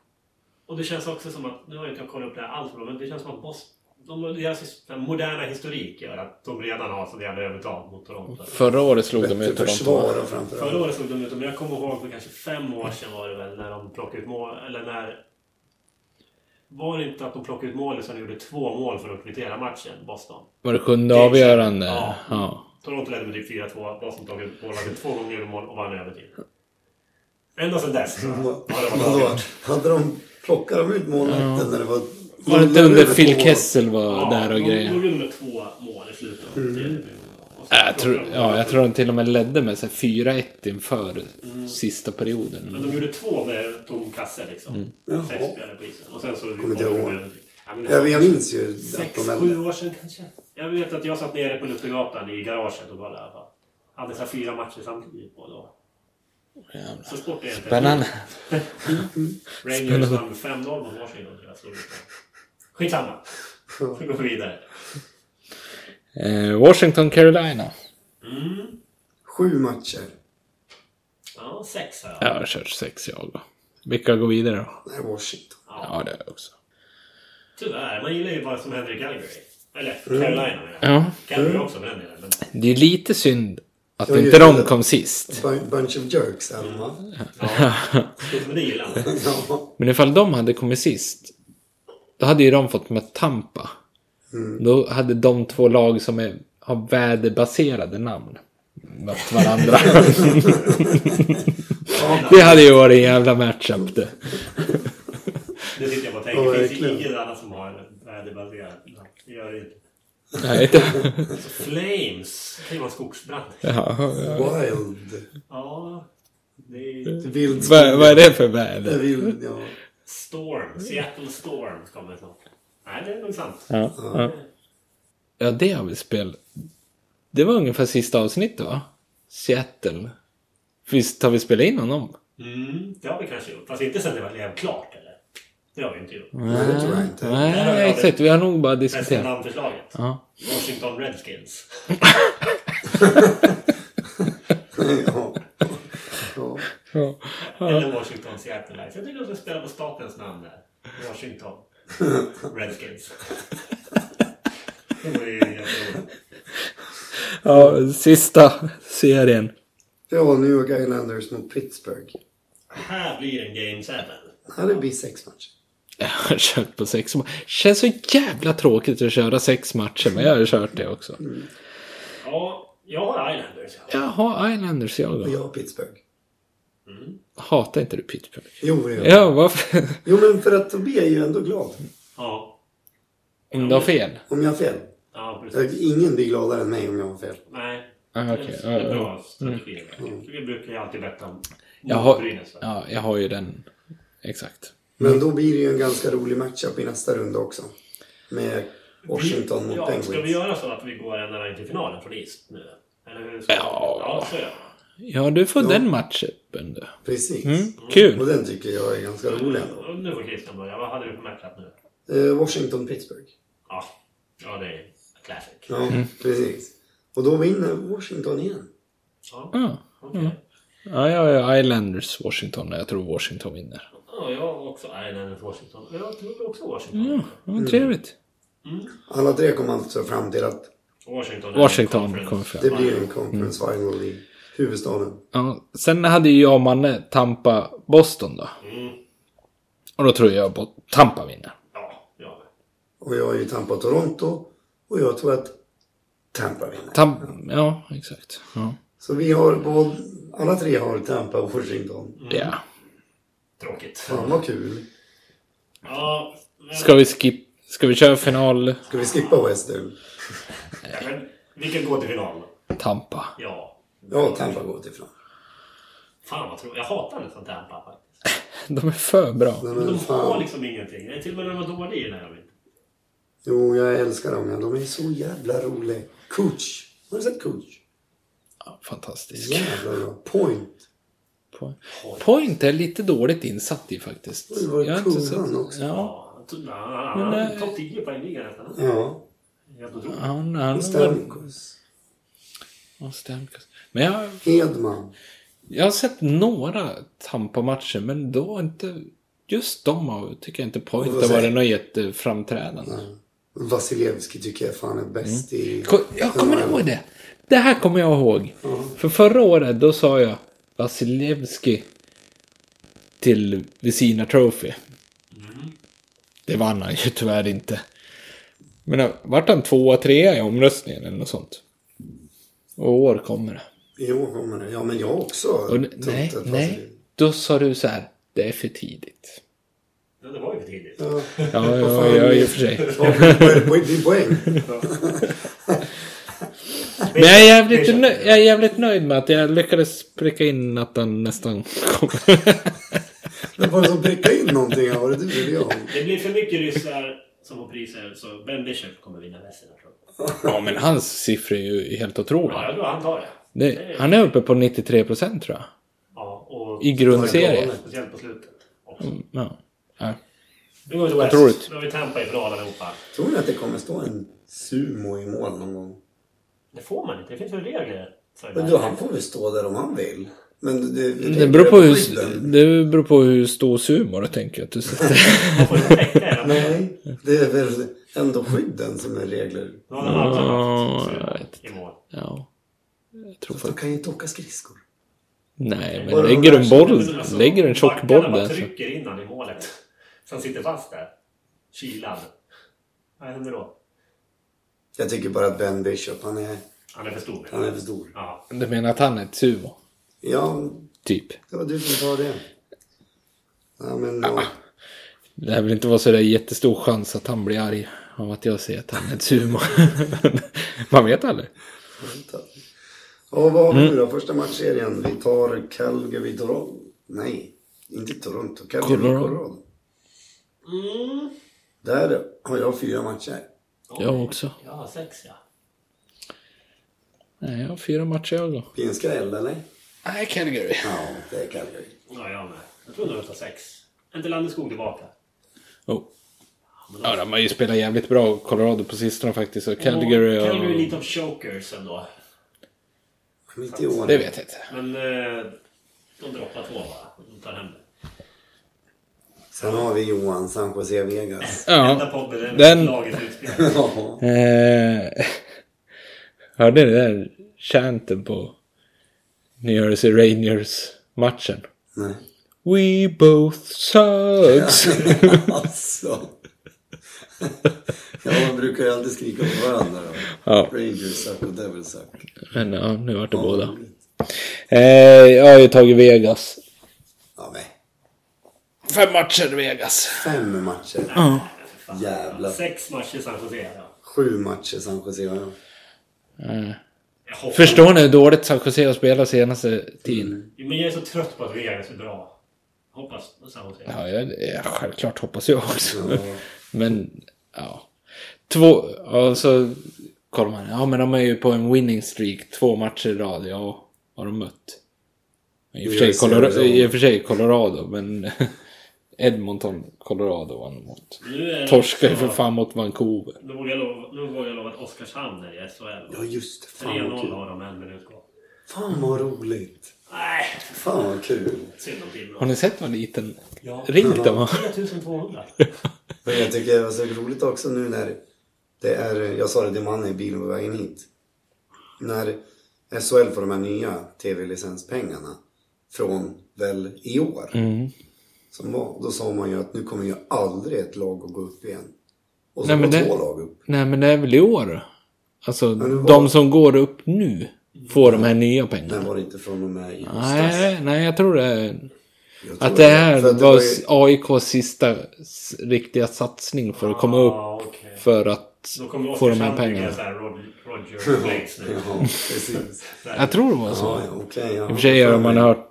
Speaker 3: och det känns också som att, nu har jag inte kollat upp det här alls bra, men det känns som att Boston de, deras moderna historik gör att de redan har sådana jävla övertag mot Toronto.
Speaker 1: Förra året slog de
Speaker 2: Bättre
Speaker 1: ut Toronto.
Speaker 2: försvar
Speaker 3: Förra
Speaker 2: framförallt.
Speaker 3: året såg de ut, men jag kommer ihåg för kanske fem år sedan var det väl när de plockade ut mål, eller när... Var det inte att de plockade ut mål som gjorde två mål för att kvittera matchen, Boston?
Speaker 1: Var det sjunde
Speaker 3: Game
Speaker 1: avgörande?
Speaker 3: seven. Ja.
Speaker 1: Ja.
Speaker 3: Toronto ledde med typ 4-2, Boston tog ut målvakten två gånger, gjorde mål och vann i övertid. Ända sedan dess. Ja, det var
Speaker 2: Vadå?
Speaker 3: dåligt.
Speaker 2: Hade de plockat dem ut målvakten när det var...
Speaker 1: Var det inte under Phil
Speaker 2: två-
Speaker 1: Kessel var där och
Speaker 3: de
Speaker 1: grejer?
Speaker 3: gjorde med två mål i slutet.
Speaker 2: Mm.
Speaker 3: Och sen
Speaker 1: Ja, Jag tror,
Speaker 3: plockade de-
Speaker 1: ja, jag tror de till och med ledde med så här 4-1 inför sista
Speaker 3: Men
Speaker 1: perioden.
Speaker 3: de gjorde två med tom kasse liksom.
Speaker 1: Mm.
Speaker 3: Sex
Speaker 2: Jaha.
Speaker 3: spelare på isen. Och sen så...
Speaker 2: Kommer inte ihåg.
Speaker 3: Ja, men-
Speaker 2: Jag, jag minns ju att
Speaker 3: Sex,
Speaker 2: de
Speaker 3: sju
Speaker 2: hade...
Speaker 3: år sedan kanske. Jag vet att jag satt nere på Luthergatan i garaget och bara där. va. Hade så här fyra matcher samtidigt på då.
Speaker 1: Jävlar.
Speaker 3: Så sport är det inte.
Speaker 1: Spännande.
Speaker 3: Rangers vann med 5-0 mot Washington. tror jag, så det var. Skitsamma. Vi går vidare.
Speaker 1: Eh, Washington, Carolina.
Speaker 3: Mm.
Speaker 2: Sju matcher.
Speaker 3: Ja, sex här.
Speaker 1: Jag har kört sex jag då. Vilka går vidare då?
Speaker 2: Nej, Washington.
Speaker 1: Ja, det har jag också.
Speaker 3: Tyvärr, man gillar ju vad som händer i Calgary. Eller
Speaker 2: Mm.
Speaker 3: Carolina menar jag.
Speaker 1: Ja.
Speaker 3: Calgary också för den delen. Men
Speaker 1: Det är lite synd att
Speaker 2: Jag
Speaker 1: inte
Speaker 2: gillar
Speaker 1: de
Speaker 2: det.
Speaker 1: kom sist.
Speaker 2: Bu- Bunch of jerks är de va?
Speaker 3: men det gillar man.
Speaker 2: Ja.
Speaker 1: Men ifall de hade kommit sist, då hade ju de fått med Tampa. Då hade de två lag som är, har väderbaserade namn mött varandra. det hade ju varit en jävla matchup det.
Speaker 3: Det sitter jag bara och
Speaker 2: Ja,
Speaker 3: tänker. Det finns ju
Speaker 2: verkligen.
Speaker 3: ingen annan som har väderbaserat. Det gör det inte.
Speaker 1: Nej, inte.
Speaker 3: Flames. Det kan ju vara en skogsbrand.
Speaker 1: Ja.
Speaker 2: Wild.
Speaker 3: Ja, det är typ
Speaker 2: Vild
Speaker 1: Vad, vad är det för
Speaker 2: Jag
Speaker 1: väder?
Speaker 2: vill, ja.
Speaker 3: Storm. Seattle Storm kommer snart. Nej, det är nog sant.
Speaker 1: Ja, ja. ja det har vi spel. Det var ungefär sista avsnittet va? Seattle. Visst har vi spelat in honom?
Speaker 3: Mm, det har vi kanske gjort. Fast inte sen det var lev klart, eller? Det har vi inte
Speaker 1: Mm.
Speaker 3: gjort.
Speaker 2: Nej, det tror jag inte.
Speaker 3: har vi
Speaker 1: Nej,
Speaker 3: aldrig-
Speaker 1: exakt. Vi har nog bara
Speaker 3: Resten
Speaker 1: diskuterat.
Speaker 3: av förslaget.
Speaker 1: Ja.
Speaker 3: Washington Redskins.
Speaker 2: [laughs] Ja. Ja.
Speaker 1: Ja.
Speaker 3: Eller Washington Seattle Lions. Jag tycker att vi spelar på statens namn där. Washington Redskins. Det var ju jätteroligt.
Speaker 1: Ja, sista serien.
Speaker 2: Ja, New York Islanders mot Pittsburgh.
Speaker 3: Här blir en Game 7.
Speaker 2: Ja, det blir sex matcher.
Speaker 1: Jag har [laughs] kört på sex matcher. Känns så jävla tråkigt att köra sex matcher, men jag har kört det också.
Speaker 3: Ja, jag har Islanders.
Speaker 1: Jaha, Islanders jag då.
Speaker 2: Jag och Pittsburgh.
Speaker 1: Hatar inte du Pittsburgh?
Speaker 2: Jo, det gör jag.
Speaker 1: Ja, varför? [laughs]
Speaker 2: jo, men för att Tobé är ju ändå glad.
Speaker 3: Ja.
Speaker 1: Om du har Mm, fel?
Speaker 2: Om jag har fel.
Speaker 3: Ja, precis.
Speaker 2: Jag- Ingen blir gladare än mig om jag har fel.
Speaker 3: Nej.
Speaker 1: Ah,
Speaker 3: Det
Speaker 1: okej.
Speaker 3: är
Speaker 1: Ja,
Speaker 3: en
Speaker 1: ja.
Speaker 3: bra strategi. För Vi brukar ju alltid betta om
Speaker 1: Jag har,
Speaker 3: Brynäs. va?
Speaker 1: ja, jag har ju den. Exakt.
Speaker 2: Men då blir det ju en ganska rolig matchup i nästa runda också. Med Washington mot
Speaker 3: Ja, ska vi
Speaker 2: Penguins.
Speaker 3: göra så att vi går ända in till finalen från East nu? Eller hur ska vi-
Speaker 1: Ja.
Speaker 3: ja så gör vi.
Speaker 1: Ja, du får den matchen du.
Speaker 2: Precis.
Speaker 1: Mm, kul.
Speaker 2: Och den tycker jag är ganska rolig ändå.
Speaker 3: Och Nu får Christian börja. Vad hade du för matchup nu?
Speaker 2: Eh, Washington-Pittsburgh.
Speaker 3: Ja, ja det är classic. Ja.
Speaker 2: Ja, precis. Och då vinner Washington igen.
Speaker 1: Ja.
Speaker 3: okej.
Speaker 1: Mm. Ja, jag är Islanders Washington och jag tror Washington vinner.
Speaker 3: Ja, jag har också Islanders Washington. Jag tror också Washington.
Speaker 1: Ja, vad trevligt.
Speaker 2: Alla tre kom alltså fram till att
Speaker 3: Washington, är en
Speaker 1: Washington
Speaker 3: conference.
Speaker 1: kommer fram.
Speaker 2: det blir en conference final i huvudstaden.
Speaker 1: Ja, sen hade ju jag och Manne Tampa Boston då. Och då tror jag Bo- Tampa vinner.
Speaker 3: Ja, ja.
Speaker 2: Och jag är ju Tampa Toronto. Och jag tror att Tampa vinner.
Speaker 1: Tam ja, exakt. Ja.
Speaker 2: Så vi har båda, alla tre har Tampa och Washington.
Speaker 1: ja.
Speaker 3: Tråkigt.
Speaker 2: Fan vad kul.
Speaker 3: Ja, men,
Speaker 1: Ska vi skip Ska vi köra final?
Speaker 2: Ska vi skippa West nu?
Speaker 3: ja, men, vilken går till final?
Speaker 1: Tampa.
Speaker 3: Ja.
Speaker 2: Ja, Tampa går till fram.
Speaker 3: Fan vad tråkigt. Jag hatar nästan Tampa faktiskt.
Speaker 1: De är för bra.
Speaker 2: Men
Speaker 3: De har
Speaker 2: fan.
Speaker 3: liksom ingenting. Det är till och med när de var dåliga gillar jag inte.
Speaker 2: Jo, jag älskar dem. Ja. De är så jävla roliga. Coach. Har du sett Coach?
Speaker 1: Ja, fantastisk.
Speaker 2: Jävla bra. Point.
Speaker 1: Po- Point är lite dåligt insatt i faktiskt.
Speaker 2: Det var
Speaker 1: Jag har inte
Speaker 2: kul
Speaker 1: sett-
Speaker 2: han också.
Speaker 1: Ja,
Speaker 3: Ja, han tog- han- han- han
Speaker 1: Men, eh,
Speaker 3: hade topp 10 poängliga nästan.
Speaker 2: Ja.
Speaker 3: Helt otroligt.
Speaker 1: han, han
Speaker 2: Och
Speaker 1: har varit-
Speaker 2: Stamkos.
Speaker 1: Ja, Stamkos. Men jag,
Speaker 2: Hedman.
Speaker 1: jag har sett några Tampa-matcher, men då inte... Just de har, tycker jag inte Point
Speaker 2: Vad
Speaker 1: har
Speaker 2: säger-
Speaker 1: varit något jätteframträdande.
Speaker 2: Vasilevski tycker jag fan är bäst i...
Speaker 1: Mm. Ko- Jag kommer
Speaker 2: Mm.
Speaker 1: ihåg det. Det här kommer jag ihåg. För förra året då sa jag Vasilevski till Vesina Trophy.
Speaker 2: Mm.
Speaker 1: Det vann han ju tyvärr inte. Men eh, vart han tvåa, trea i omröstningen eller något sånt? Och i år kommer det.
Speaker 2: Jo, kommer det. Ja, men jag också.
Speaker 1: Och,
Speaker 2: har
Speaker 1: n-
Speaker 2: trott
Speaker 1: nej,
Speaker 2: att
Speaker 1: nej.
Speaker 2: Vasilevski-
Speaker 1: Då sa du så här. Det är för tidigt.
Speaker 3: Ja, Det var ju för tidigt.
Speaker 2: Ja.
Speaker 1: Ja,
Speaker 2: [laughs] Vad
Speaker 1: ja,
Speaker 2: fan?
Speaker 1: ja i och för
Speaker 2: [laughs]
Speaker 1: sig.
Speaker 2: Ja, det är poäng. Det är poäng.
Speaker 1: Men jag är, jävligt nöjd, jag är jävligt nöjd med att jag lyckades pricka in att han nästan [laughs] kommer.
Speaker 2: Det var det som prickade in någonting? Var det du eller jag?
Speaker 3: Det blir för mycket ryssar som har priser, så Ben Bishop kommer vinna Vesina tror jag.
Speaker 1: Ja, men hans siffror är ju helt
Speaker 3: Ja,
Speaker 1: otroliga.
Speaker 3: jag tror han tar det.
Speaker 1: Det, han är uppe på 93 procent tror jag.
Speaker 3: Ja, och
Speaker 1: I grundserien.
Speaker 3: speciellt på slutet. också.
Speaker 1: Ja. Ja.
Speaker 3: Nu går vi till West.
Speaker 1: Otroligt.
Speaker 3: Nu har vi Tampa i final allihopa.
Speaker 2: Tror ni att det kommer stå en sumo i mål någon gång?
Speaker 3: Det får man inte. Det finns väl regler? för
Speaker 2: Men
Speaker 3: det.
Speaker 2: då, han får väl stå där om han vill. Men det, det,
Speaker 1: Det beror på hur,
Speaker 2: skydden.
Speaker 1: det beror på hur stor sumo du tänker att du sätter.
Speaker 3: Man får inte täcka det.
Speaker 2: Nej, det är väl ändå skydden som är regler.
Speaker 3: Då har han alltså
Speaker 1: Ja,
Speaker 3: haft
Speaker 1: jag
Speaker 3: sumo i mål.
Speaker 1: [laughs] Ja. Jag tror
Speaker 2: De
Speaker 1: faktiskt...
Speaker 2: kan ju inte åka skridskor.
Speaker 1: Nej, men lägger du en
Speaker 3: Men
Speaker 1: boll,
Speaker 3: alltså,
Speaker 1: lägger du en tjock
Speaker 3: backarna
Speaker 1: boll
Speaker 3: bara
Speaker 1: där så...
Speaker 3: trycker in han i målet. [laughs] Så han sitter fast där. Kilad. Vad händer då?
Speaker 2: Jag tycker bara att Ben Bishop, han är,
Speaker 3: Han är för stor.
Speaker 2: han är för stor.
Speaker 3: Ja.
Speaker 1: Du menar att han är ett sumo?
Speaker 2: Ja,
Speaker 1: Typ.
Speaker 2: det var du som sa det. Ja, men ja.
Speaker 1: Det här vill inte vara så där jättestor chans att han blir arg av att jag säger att han är ett sumo. [laughs] Man vet aldrig.
Speaker 2: Och vad har vi nu då? Första matchserien. Vi tar Calgary Toronto. Nej, inte Toronto. Calgary
Speaker 1: Colorado.
Speaker 2: Colorado. Där har jag fyra matcher.
Speaker 1: Jag också.
Speaker 3: Ja, sex ja.
Speaker 1: Nej, jag har fyra matcher jag går.
Speaker 2: Det är en skräll, eller?
Speaker 1: Nej, Calgary.
Speaker 2: Ja, det är Calgary.
Speaker 3: Ja, jag med. Jag tror nog jag tar sex. Är inte Landeskog tillbaka?
Speaker 1: Oh. Ja, de har ju spelat jävligt bra Colorado på sistone faktiskt. Och Calgary
Speaker 3: Och Calgary är
Speaker 1: och...
Speaker 3: lite av chokers ändå.
Speaker 2: Mitt i år.
Speaker 1: Det vet jag inte.
Speaker 3: Men eh, de droppar två bara. De tar hem det.
Speaker 2: Sen har vi Johan San Jose Vegas.
Speaker 3: Enda
Speaker 1: Ja.
Speaker 3: podden är
Speaker 1: Den-
Speaker 3: laget utspel.
Speaker 2: Ja.
Speaker 1: Eh, [laughs] hörde ni den där chanten på New Jersey Rangers-matchen? [laughs]
Speaker 2: Nej.
Speaker 1: We both [laughs] sucks.
Speaker 2: Alltså. [laughs] Ja, man brukar ju alltid skrika på varandra då.
Speaker 1: Ja.
Speaker 2: Rangers suck och Devils suck.
Speaker 1: Men ja, nu vart det båda.
Speaker 2: roligt.
Speaker 1: Eh, jag har ju tagit Vegas. Fem matcher i Vegas.
Speaker 2: Fem matcher.
Speaker 1: Ja.
Speaker 2: Jävlar.
Speaker 3: Sex matcher i San Jose. Ja.
Speaker 2: Sju matcher San Jose har jag.
Speaker 3: Jag hoppas-
Speaker 1: Förstår ni hur dåligt San Jose har spelat senaste tiden?
Speaker 3: Men jag är så trött på att Vegas är bra. Hoppas på San Jose.
Speaker 1: Ja, jag, ja, självklart hoppas jag också.
Speaker 2: Ja.
Speaker 1: [laughs] Men, ja. Två, och så kollar man. Ja, men de är ju på en winning streak. Två matcher i rad. Ja, har de mött? I och för sig,
Speaker 2: Jag ser
Speaker 1: Colorado,
Speaker 2: det.
Speaker 1: i och för sig Colorado, men [laughs] Edmonton, Colorado vann de mot.
Speaker 3: Nu är det
Speaker 1: Torskar ju för
Speaker 3: också-
Speaker 1: fan mot Vancouver.
Speaker 3: Nu vågar jag lova, nu vågar jag lova att Oskarshamn är i SHL.
Speaker 2: Ja, just det. Fan vad
Speaker 3: 3-0
Speaker 2: kul.
Speaker 3: har de en minut kvar.
Speaker 2: Fan vad roligt.
Speaker 3: Nej,
Speaker 2: Fan vad kul.
Speaker 3: synd om
Speaker 1: Har
Speaker 3: Timrå.
Speaker 1: ni sett vad liten
Speaker 3: Ja.
Speaker 1: ring de har?
Speaker 3: 3200.
Speaker 2: Men jag tycker det var så roligt också nu när det är, jag sa det till mannen i bilen på vägen hit. När SHL får de här nya tv-licenspengarna från väl i år.
Speaker 1: Mm.
Speaker 2: Som var, då sa man ju att nu kommer ju aldrig ett lag att gå upp igen. Och så
Speaker 1: Nej,
Speaker 2: går
Speaker 1: men det-
Speaker 2: två lag upp.
Speaker 1: Nej, men det är väl i år. Alltså,
Speaker 2: det var-
Speaker 1: de som går upp nu får de här nya
Speaker 2: Men
Speaker 1: pengarna.
Speaker 2: var det inte från och med i höstas?
Speaker 1: Nej, nej, jag tror det är...
Speaker 2: Jag tror
Speaker 1: Att det här
Speaker 2: För att det
Speaker 1: var
Speaker 2: var ju-
Speaker 1: AIKs sista s- riktiga satsning för att komma
Speaker 3: Ja,
Speaker 1: upp.
Speaker 3: okej.
Speaker 1: För att
Speaker 3: Då kommer
Speaker 1: få de här
Speaker 3: Oskarshamn
Speaker 1: pengarna.
Speaker 3: bygga såhär Roger Blades nu.
Speaker 2: Ja, precis.
Speaker 3: Så här,
Speaker 1: Jag tror det var så.
Speaker 2: Ja, ja, okej. ja.
Speaker 1: I och för sig har man hört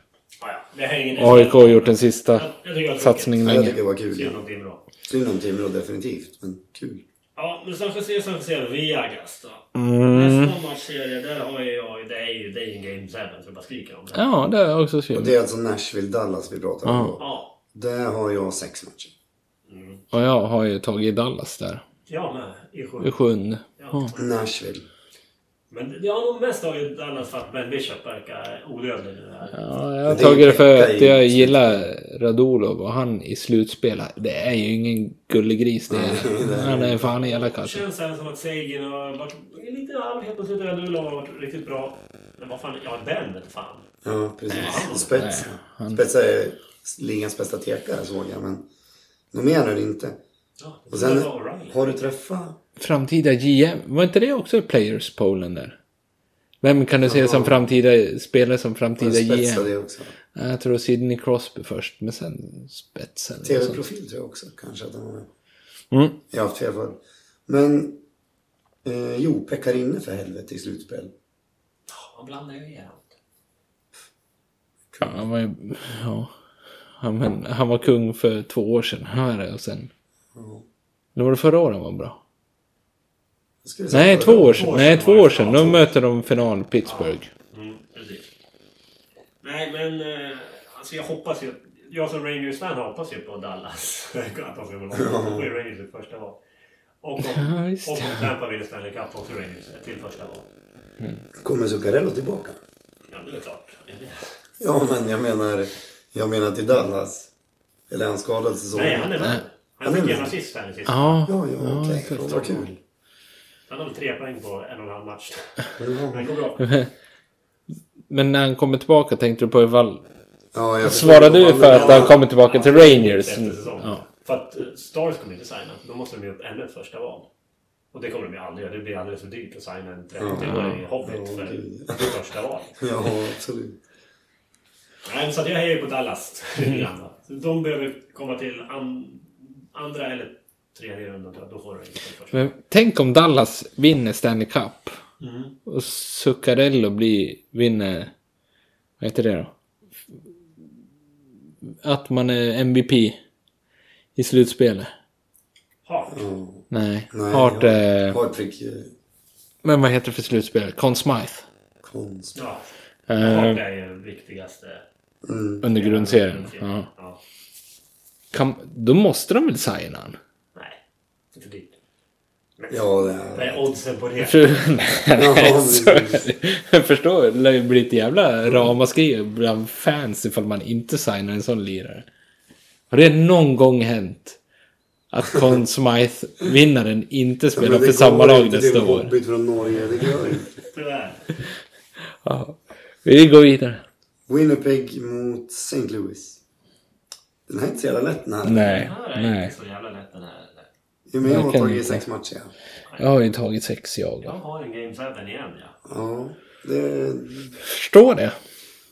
Speaker 3: ja, ja. Det här är ingen
Speaker 1: AIK
Speaker 3: SHL.
Speaker 1: gjort den sista
Speaker 3: Jag- jag tycker det var
Speaker 1: satsningen
Speaker 2: Ja, jag tycker
Speaker 1: länge.
Speaker 2: det var
Speaker 3: tråkigt. Synd
Speaker 2: kul.
Speaker 3: om Timrå.
Speaker 2: Synd om Timrå definitivt, men kul.
Speaker 3: Ja, men San Jose, San Jose, Vegas då.
Speaker 1: Mm.
Speaker 3: Nästa matchserie, där har jag ju... Det är ju det är ju Game 7, så jag bara skriker om det.
Speaker 1: Ja, det har jag också skrivit.
Speaker 2: Det är alltså Nashville-Dallas vi pratar om.
Speaker 1: Ja.
Speaker 3: Ja,
Speaker 2: Där har jag sex matcher.
Speaker 1: Och jag har ju tagit Dallas där.
Speaker 3: jag med. I
Speaker 1: I
Speaker 3: sju.
Speaker 1: sjunde.
Speaker 3: Ja.
Speaker 2: Nashville.
Speaker 3: Men jag har nog mest tagit Dallas för att Ben Bishop verkar odödlig nu. här.
Speaker 1: Ja, jag
Speaker 2: Men
Speaker 1: har
Speaker 2: det är
Speaker 1: tagit det för
Speaker 2: vecka
Speaker 1: att
Speaker 2: i
Speaker 1: jag
Speaker 2: slutspelet.
Speaker 1: gillar Radulov och han i slutspelet. Det är ju ingen gris det är. Han är fan elak
Speaker 3: Det
Speaker 1: alltså.
Speaker 3: känns även som att Sagan har varit lite halvhet på slutet. Lula har varit riktigt bra. Men vad fan, ja Ben vet fan.
Speaker 2: Ja, precis. Och Spets. Spets är ligans bästa tekare såg jag, men något mer är det inte.
Speaker 3: Ja,
Speaker 2: Och sen
Speaker 3: det var O'Reilly.
Speaker 2: har du träffat...
Speaker 1: Framtida GM, var inte det också Players Polen där? Vem kan du se som framtida spelare som
Speaker 2: Har
Speaker 1: framtida
Speaker 2: du spetsat
Speaker 1: GM?
Speaker 2: det också?
Speaker 1: Ja, Eh, Jag tror Sidney Crosby först, men sen spetsen. Alltså, och sånt.
Speaker 2: Tv-profil tror jag också kanske att han var med.
Speaker 1: Mm.
Speaker 2: Jag har haft fel förr. Men... Eh, jo, Pekarinne för helvete i slutspel.
Speaker 3: Han blandar ju igen allt.
Speaker 1: Ja, han var ju, ja. Han, men, han var kung för två år sedan. Han är det, och sen... Nu var det förra året han var bra.
Speaker 2: Jag skulle säga
Speaker 1: Nej,
Speaker 2: förra
Speaker 1: två år
Speaker 2: året.
Speaker 1: sedan. Nej, två år sedan. Då möter de final Pittsburgh.
Speaker 3: Mm, precis. Nej, men eh, alltså jag hoppas ju... Jag som Rangers-fan hoppas ju på Dallas. [laughs] att de ska gå långt. Då får ju Rangers ett första val. Och om,
Speaker 1: Ja, visst.
Speaker 3: och om Tampa vinner Stanley Cup också Rangers ett till första val.
Speaker 2: Kommer Zuccarello tillbaka?
Speaker 3: Ja, det är klart.
Speaker 2: Ja, men jag menar... Jag menar till Dallas. Eller är han skadad säsongen?
Speaker 3: Nej, han är med.
Speaker 2: Han
Speaker 3: Han
Speaker 2: är
Speaker 3: fick
Speaker 2: med.
Speaker 3: en assist här i sista.
Speaker 1: Ja,
Speaker 2: Ja, ja, okej.
Speaker 1: exakt.
Speaker 2: Vad kul.
Speaker 3: Han har väl tre poäng på en och en halv match. [laughs] Det går bra.
Speaker 1: Men när han kommer tillbaka tänkte du på ifall...
Speaker 2: Ja, jag förstår.
Speaker 1: Svarade du för att han
Speaker 2: Ja.
Speaker 1: kommer tillbaka till Rangers? Mm.
Speaker 3: Efter säsong.
Speaker 1: Ja.
Speaker 3: För att eh, Stars kommer inte signa. Då måste de ge upp ännu ett första val. Och det kommer de ju aldrig göra. Det blir alldeles för dyrt att signa en 30-årig hobbit
Speaker 2: Ja,
Speaker 3: för
Speaker 2: gud.
Speaker 3: ett första val.
Speaker 2: Ja, absolut.
Speaker 3: Nej, så att jag hejar ju på Dallas [laughs] lite grann. va. Så De behöver komma till an, andra eller tredje rundan. tror jag. Då får de inte första.
Speaker 1: Men tänk om Dallas vinner Stanley Cup. Och Zuccarello blir, vinner... Vad heter det då? Att man är MVP i slutspelet.
Speaker 3: Hart.
Speaker 1: Nej,
Speaker 2: Nej,
Speaker 1: Hart...
Speaker 2: ja.
Speaker 1: Eh,
Speaker 2: Hart fick ju
Speaker 1: men vad heter det för slutspel? Conn Smythe.
Speaker 2: konst.
Speaker 3: Ja.
Speaker 1: Eh.
Speaker 3: Hart är ju den viktigaste.
Speaker 2: Mm.
Speaker 1: Under grundserien.
Speaker 3: grundserien.
Speaker 1: Ja.
Speaker 3: Ja.
Speaker 1: Kan, då måste de väl signa han?
Speaker 3: Nej, det är för dyrt.
Speaker 2: Ja, det är
Speaker 3: Vad är oddsen på det?
Speaker 1: Nej, så är det. Jag [laughs] förstår, det lär ju bli ett jävla ramaskri bland fans ifall man inte signar en sån lirare. Har det någon gång hänt att Conn Smythe-vinnaren inte
Speaker 2: Men
Speaker 1: spelar
Speaker 2: det
Speaker 1: för samma
Speaker 2: går
Speaker 1: lag
Speaker 2: inte till
Speaker 1: nästa
Speaker 2: en
Speaker 1: år?
Speaker 2: hobbit från Norge, det gör inte.
Speaker 3: Tyvärr.
Speaker 1: Ja. Vi går vidare.
Speaker 2: Winnipeg mot St. Louis. Den här är inte så jävla lätt den här.
Speaker 1: Nej,
Speaker 3: Den här är
Speaker 1: nej.
Speaker 3: inte så jävla lätt den här. eller?
Speaker 2: Jo, men jag
Speaker 1: Jag
Speaker 2: har
Speaker 1: kan
Speaker 2: tagit
Speaker 1: inte.
Speaker 2: sex matcher. ja.
Speaker 1: Jag har ju tagit sex jag.
Speaker 3: Jag har en Game 7 igen ja.
Speaker 2: Ja, det,
Speaker 1: Förstår det.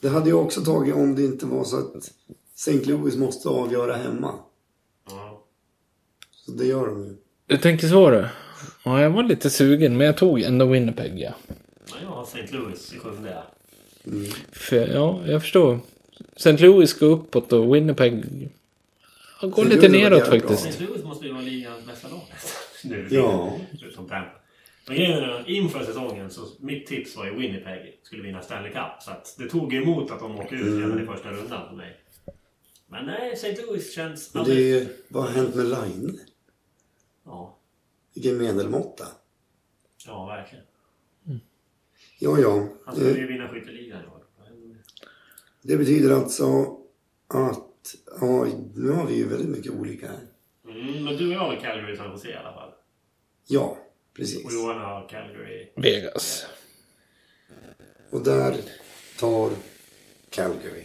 Speaker 2: det hade jag också tagit om det inte var så att St. Louis måste avgöra hemma.
Speaker 3: Ja.
Speaker 2: Så det gör de ju.
Speaker 1: Du tänker så du? Ja, jag var lite sugen, men jag tog ändå Winnipeg. Ja.
Speaker 3: Men jag har St. Louis i sjunde.
Speaker 1: För, ja, jag förstår. St. Louis går uppåt och Winnipeg ja, går
Speaker 2: St.
Speaker 1: lite
Speaker 2: Louis har
Speaker 1: neråt
Speaker 2: varit jävligt
Speaker 1: faktiskt.
Speaker 3: St. Louis måste ju vara ligans bästa lag nästan. nu.
Speaker 2: Ja.
Speaker 3: Utom Tampa. Men grejen är att inför säsongen så mitt tips var ju Winnipeg skulle vinna Stanley Cup. Så att det tog emot att de åker ut
Speaker 2: Mm.
Speaker 3: redan i första rundan för mig. Men nej, St. Louis känns
Speaker 2: Men
Speaker 3: alldeles...
Speaker 2: det är, vad har hänt med Line?
Speaker 3: Ja,
Speaker 2: Vilken medelmåtta.
Speaker 3: ja, verkligen.
Speaker 2: Ja, ja.
Speaker 3: Han
Speaker 2: Det,
Speaker 3: skulle ju vinna skytteligan i år.
Speaker 2: det betyder alltså att... Ja, nu har vi ju väldigt mycket olika här.
Speaker 3: Mm, men du och jag har Calgary i San Jose i alla fall.
Speaker 2: Ja,
Speaker 3: Och
Speaker 2: precis.
Speaker 3: Johan har Calgary.
Speaker 1: Vegas.
Speaker 2: Och där tar Calgary.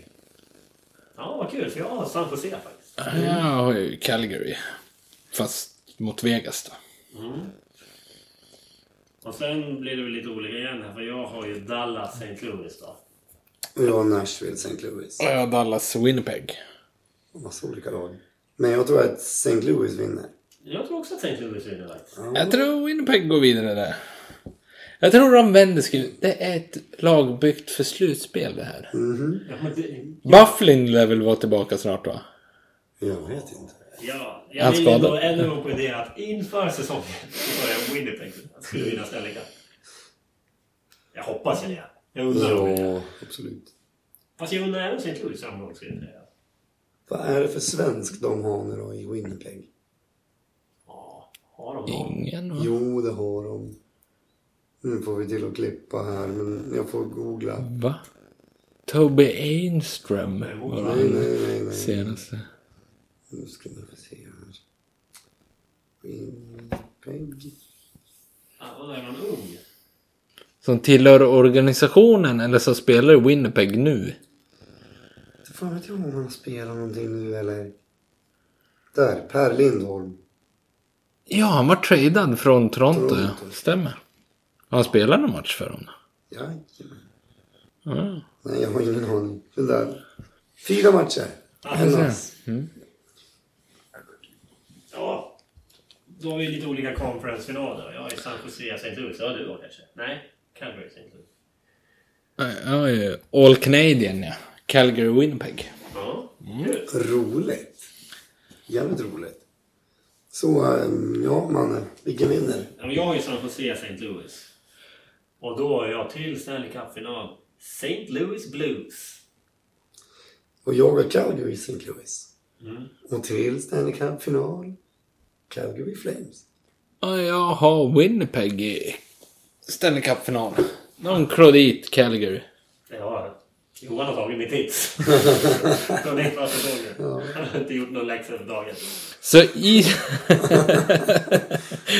Speaker 3: Ja, vad kul för jag har San Jose faktiskt.
Speaker 1: Jag har ju Calgary. Fast mot Vegas då.
Speaker 3: Och sen blir det väl lite olika igen här för jag har ju Dallas St. Louis då.
Speaker 2: Och jag har Nashville, St. Louis.
Speaker 1: Och jag har Dallas Winnipeg.
Speaker 2: Och Massa olika lag. Men jag tror att St. Louis vinner.
Speaker 3: Jag tror också att St. Louis vinner faktiskt.
Speaker 1: Jag tror Winnipeg går vidare där. Jag tror de vänder skru. Det är ett lag byggt för slutspel det här.
Speaker 3: Ja, men det,
Speaker 1: Bufflin lär väl vara tillbaka snart va?
Speaker 2: Jag vet inte.
Speaker 3: ja,
Speaker 1: Är
Speaker 3: jag
Speaker 1: han
Speaker 3: vill ju då
Speaker 1: skadad?
Speaker 3: ännu en gång poängtera att inför säsongen så var jag Winnipeg skulle vinna Stanley Cup. Jag hoppas ju det. Jag undrar om det.
Speaker 2: Ja, absolut.
Speaker 3: Fast jag undrar även St. Louis framgång skulle jag säga.
Speaker 2: Vad är det för svensk de har nu då i Winnipeg?
Speaker 3: Ja, har de någon?
Speaker 1: Ingen va?
Speaker 2: Jo, det har de. Nu får vi till att klippa här, men jag får googla.
Speaker 1: Va? Toby Einström var
Speaker 2: Nej,
Speaker 1: han
Speaker 2: nej, nej. nej.
Speaker 1: senaste.
Speaker 2: Nu ska vi se här. Winnipeg.
Speaker 3: Ja, och är någon ung?
Speaker 1: Som tillhör organisationen eller som spelar i Winnipeg nu.
Speaker 2: Det fan vet jag om han spelar någonting nu eller? Där, Per Lindholm.
Speaker 1: Ja, han var tradad från Toronto.
Speaker 2: Toronto.
Speaker 1: Ja. Stämmer. Han spelade en match för dem.
Speaker 2: Jajamän.
Speaker 1: Ja.
Speaker 2: Nej, jag har ingen aning. Den där. Fyra matcher. Hennes.
Speaker 3: Ja. Då har vi lite olika conference-finaler. Jag är San Jose, St. Louis. Ja, du då kanske? Nej, Calgary, St. Louis.
Speaker 1: Ja, ja, All Canadian ja. Calgary Winnipeg.
Speaker 3: Ja, kul.
Speaker 2: Roligt. Jävligt roligt. Så, ehm, ja Manne, vilken vinner?
Speaker 3: Ja, men Jag har ju San Jose, St. Louis. Och då är jag till Stanley Cup-final. St. Louis Blues.
Speaker 2: Och jag har Calgary St. Louis. Och till Stanley Cup-final. Calgary Flames.
Speaker 1: Ja, jag har Winnipeg i Stanley Cup-final. De klår dit Calgary.
Speaker 3: Ja, Johan har tagit
Speaker 2: [laughs]
Speaker 3: mitt tips. Från inför säsongen. Han har inte gjort någon läxa för dagen.
Speaker 1: Så i...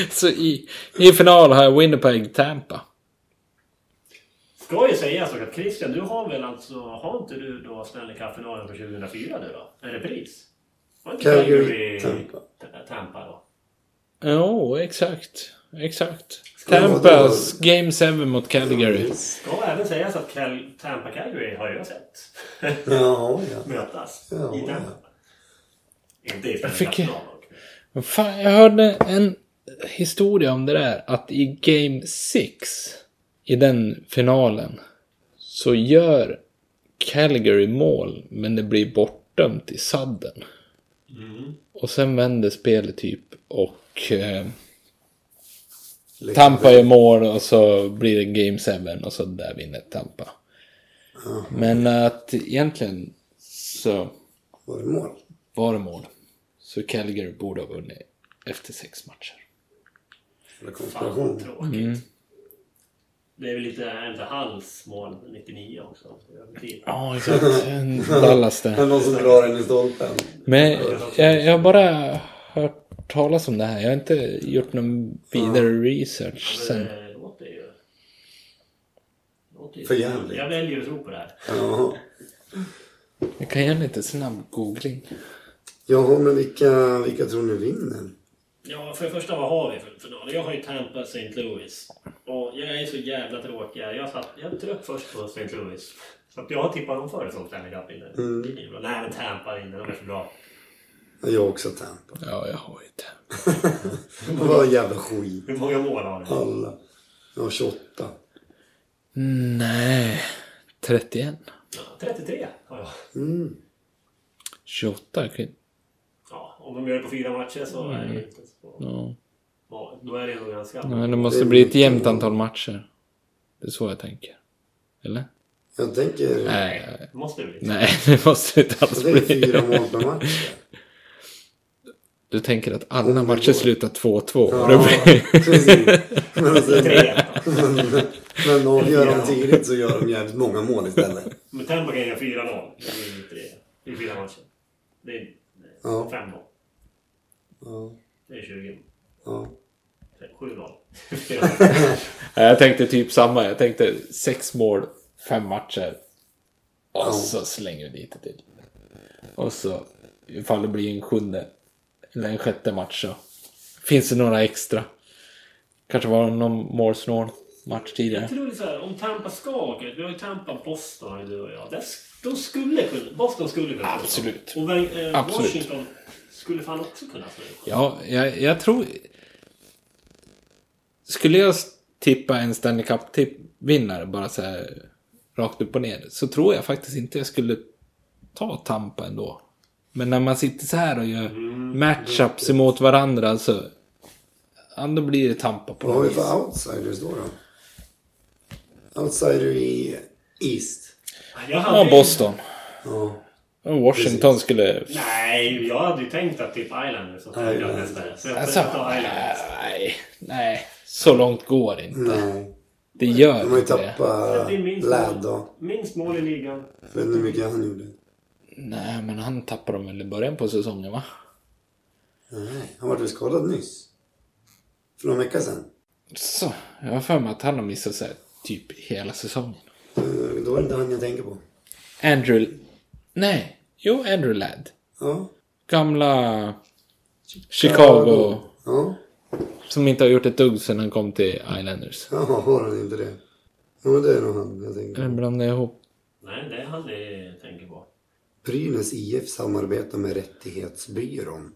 Speaker 1: [laughs] så i, i final har jag Winnipeg-Tampa.
Speaker 3: Ska ju sägas dock att Christian, du har väl alltså... Har inte du då Stanley Cup-finalen på 2004 nu då? En repris? Var inte
Speaker 2: Calgary, Tampa.
Speaker 3: T- Tampa då?
Speaker 1: Jo, exakt. Exakt.
Speaker 2: det vara
Speaker 1: Tampas Game 7 mot Calgary.
Speaker 3: Ska även sägas att Cal- Tampa Calgary har jag sett [laughs]
Speaker 2: Ja, ja.
Speaker 3: mötas
Speaker 2: Ja,
Speaker 3: i
Speaker 2: ja.
Speaker 3: Tampa. Inte i Stanley
Speaker 1: fick-
Speaker 3: Cup-final dock.
Speaker 1: Men Fan, jag hörde en historia om det där. Att i Game 6, i den finalen, så gör Calgary mål, men det blir bortdömt i sadden. Och sen vänder spelet typ och eh, Tampa gör mål och så blir det Game 7 och så där vinner Tampa. Men att egentligen så
Speaker 2: Var det mål?
Speaker 1: var det mål. Så Calgary borde ha vunnit efter sex matcher.
Speaker 2: Eller
Speaker 3: Fan vad
Speaker 2: konspiration?
Speaker 3: tråkigt. Det är väl lite, är inte hans mål 99 också?
Speaker 1: Ja, exakt. Dallas
Speaker 2: Det är
Speaker 1: det.
Speaker 2: någon som drar den i stolpen.
Speaker 1: Men jag, jag har bara hört talas om det här. Jag har inte gjort någon vidare research sen.
Speaker 3: eh, Det låter ju... det låter ju-
Speaker 2: För jävligt.
Speaker 3: Jag väljer att tro på det här.
Speaker 2: Ja.
Speaker 1: Jag kan göra lite snabb googling.
Speaker 2: Jaha, men vilka, vilka tror ni vinner?
Speaker 3: Ja, för det första, vad har vi för finaler? Jag har ju Tampa St. Louis. Och jag är så jävla tråkig. här. Jag, satt, jag tryckte först på St. Louis. Så att jag har tippat dem före som Stanley Cup vinner. Nej, men Tampa vinner. De är så bra.
Speaker 2: Jag också Tampa.
Speaker 1: Ja, jag har ju Tampa.
Speaker 2: Vad jävla skit.
Speaker 3: Hur många mål har de?
Speaker 2: Alla. Jag har 28.
Speaker 1: Nej, 31.
Speaker 3: 33 har jag.
Speaker 1: 28 kan
Speaker 3: Ja, om de gör det på fyra matcher så är det ju inte så...
Speaker 1: ja.
Speaker 3: Ja, då är det nog ganska...
Speaker 1: Men det måste bli ett jämnt antal matcher. Det är så jag tänker. Eller?
Speaker 2: Jag tänker...
Speaker 1: Nej,
Speaker 3: Det måste det bli.
Speaker 1: nej [laughs] det måste inte alls
Speaker 2: Det är fyra
Speaker 1: bli.
Speaker 2: mål per match.
Speaker 1: Du tänker att
Speaker 2: Om
Speaker 1: alla
Speaker 2: det
Speaker 1: matcher
Speaker 2: går.
Speaker 1: slutar 2-2.
Speaker 2: [laughs] Ja,
Speaker 1: Det blir-
Speaker 2: precis. [laughs] Men, alltså,
Speaker 3: Tre.
Speaker 2: men, men avgör de tidigt så gör de jävligt många mål istället.
Speaker 3: Men Tampa kan göra 4-0. Det är ju tre. Det är fyra matcher. Det är nej,
Speaker 2: Ja.
Speaker 3: 5-0.
Speaker 2: Ja,
Speaker 3: Det är 20.
Speaker 2: ja.
Speaker 1: [laughs]
Speaker 3: 7-0.
Speaker 1: Nej, Jag tänkte typ samma. Jag tänkte sex mål, fem matcher. Och så slänger vi dit det till. Och så ifall det blir en sjunde eller en sjätte match så finns det några extra. Kanske var det någon målsnål match tidigare.
Speaker 3: Jag tror det är så här, om Tampa ska åka ut. Vi har ju Tampa, Boston har ju du och jag. Där, sk- de skulle kunna... Boston skulle kunna åka ut.
Speaker 1: Absolut.
Speaker 3: Och eh,
Speaker 1: Absolut.
Speaker 3: Washington skulle fan också kunna slå ut.
Speaker 1: Ja, jag, jag tror... Skulle jag tippa en Stanley Cup-vinnare bara så här rakt upp och ner så tror jag faktiskt inte jag skulle ta Tampa ändå. Men när man sitter så här och gör
Speaker 2: Mm,
Speaker 1: matchups emot varandra så... Ja, då blir det Tampa på
Speaker 2: Vad har vi
Speaker 1: något vis.
Speaker 2: för outsiders då? då? Outsider i East.
Speaker 3: Jag hade
Speaker 1: Ja,
Speaker 3: ju-
Speaker 1: Boston.
Speaker 2: Ja.
Speaker 1: Och Washington skulle...
Speaker 3: Nej, jag hade ju tänkt att typ Islanders och Tampa
Speaker 2: Islanders.
Speaker 3: nästa. Så jag
Speaker 1: Alltså,
Speaker 3: tänkte ta Islanders.
Speaker 1: nej, nej. Så långt går det inte.
Speaker 2: Nej.
Speaker 1: Det gör
Speaker 2: Mm. De har ju
Speaker 1: inte det.
Speaker 2: tappat
Speaker 3: Det är minst
Speaker 2: Ladd
Speaker 3: mål.
Speaker 2: då.
Speaker 3: Minst mål i ligan.
Speaker 2: Jag vet inte hur mycket han gjorde.
Speaker 1: Nej, men han tappar dem väl i början på säsongen, va?
Speaker 2: Nej, han var väl skadad nyss? För någon vecka sedan.
Speaker 1: Så, jag har för mig att han har missat så här, typ hela säsongen.
Speaker 2: Eh, Då är det inte han jag tänker på.
Speaker 1: Andrew... Nej, jo, Andrew Ladd.
Speaker 2: Ja.
Speaker 1: Gamla Chicago.
Speaker 2: Ja.
Speaker 1: Som inte har gjort ett dugg sedan han kom till Islanders.
Speaker 2: Ja, har han inte det? Ja, men det är nog han jag tänker på.
Speaker 1: Eller blandar jag ihop?
Speaker 3: Nej, det är han det tänker på.
Speaker 2: Brynäs IF samarbetar med Rättighetsbyrån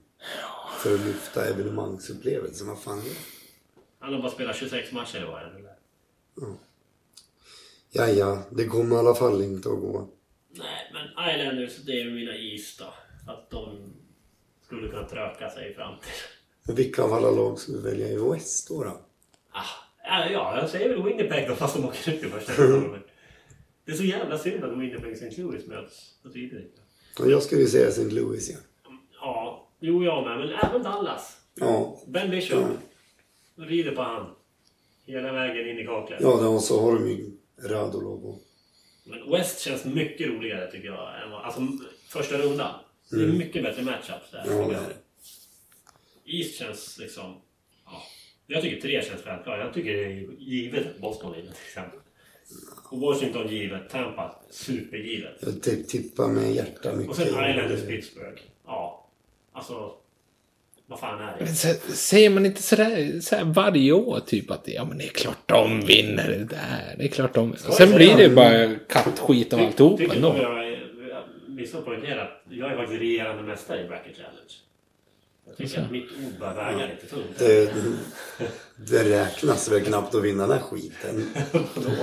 Speaker 2: för att lyfta evenemangsupplevelsen. Vad fan är det?
Speaker 3: Han har bara spelat 26 matcher i år. eller?
Speaker 2: Ja, ja, det kommer i alla fall inte att gå.
Speaker 3: Nej, men Islanders, det är mina is då. Att de skulle kunna tröka sig fram till...
Speaker 2: Men vilka av alla lag ska vi välja i West då? då?
Speaker 3: Ah, ja, ja, jag säger väl Winnipeg då, fast de åker ut i [laughs] första omgången. Det är så jävla synd att Winnipeg och St. Louis möts så tidigt.
Speaker 2: Ja, jag skulle ju säga St. Louis igen.
Speaker 3: Ja, jo jag med, men även Dallas.
Speaker 2: Ja.
Speaker 3: Ben Bishop. Rider på han. Hela vägen in i kaklet.
Speaker 2: ja, då, och så har de ju Radulov och...
Speaker 3: Men West känns mycket roligare tycker jag. Än vad, alltså första rundan. Det är mycket bättre matchups där.
Speaker 2: Ja, ja.
Speaker 3: East känns liksom... Ja. Jag tycker tre känns självklart. Jag tycker det är givet att Boston vinner till exempel. Och Washington givet. Tampa supergivet.
Speaker 2: Jag typ tippar med hjärta mycket.
Speaker 3: Och sen Islanders Pittsburgh. Ja. Alltså... Vad fan är det?
Speaker 1: Men så, säger man inte sådär, sådär varje år typ att ja, men det är klart de vinner det där. Det är klart de... Sen blir det ju bara kattskit av alltihop
Speaker 3: Tycker du
Speaker 1: ändå.
Speaker 3: att jag jag missar att poängtera att jag är faktiskt regerande mästare i Bracket Challenge? Jag tycker att mitt ord bör väga lite tungt.
Speaker 2: Det, Eh, det räknas väl knappt att vinna den här skiten.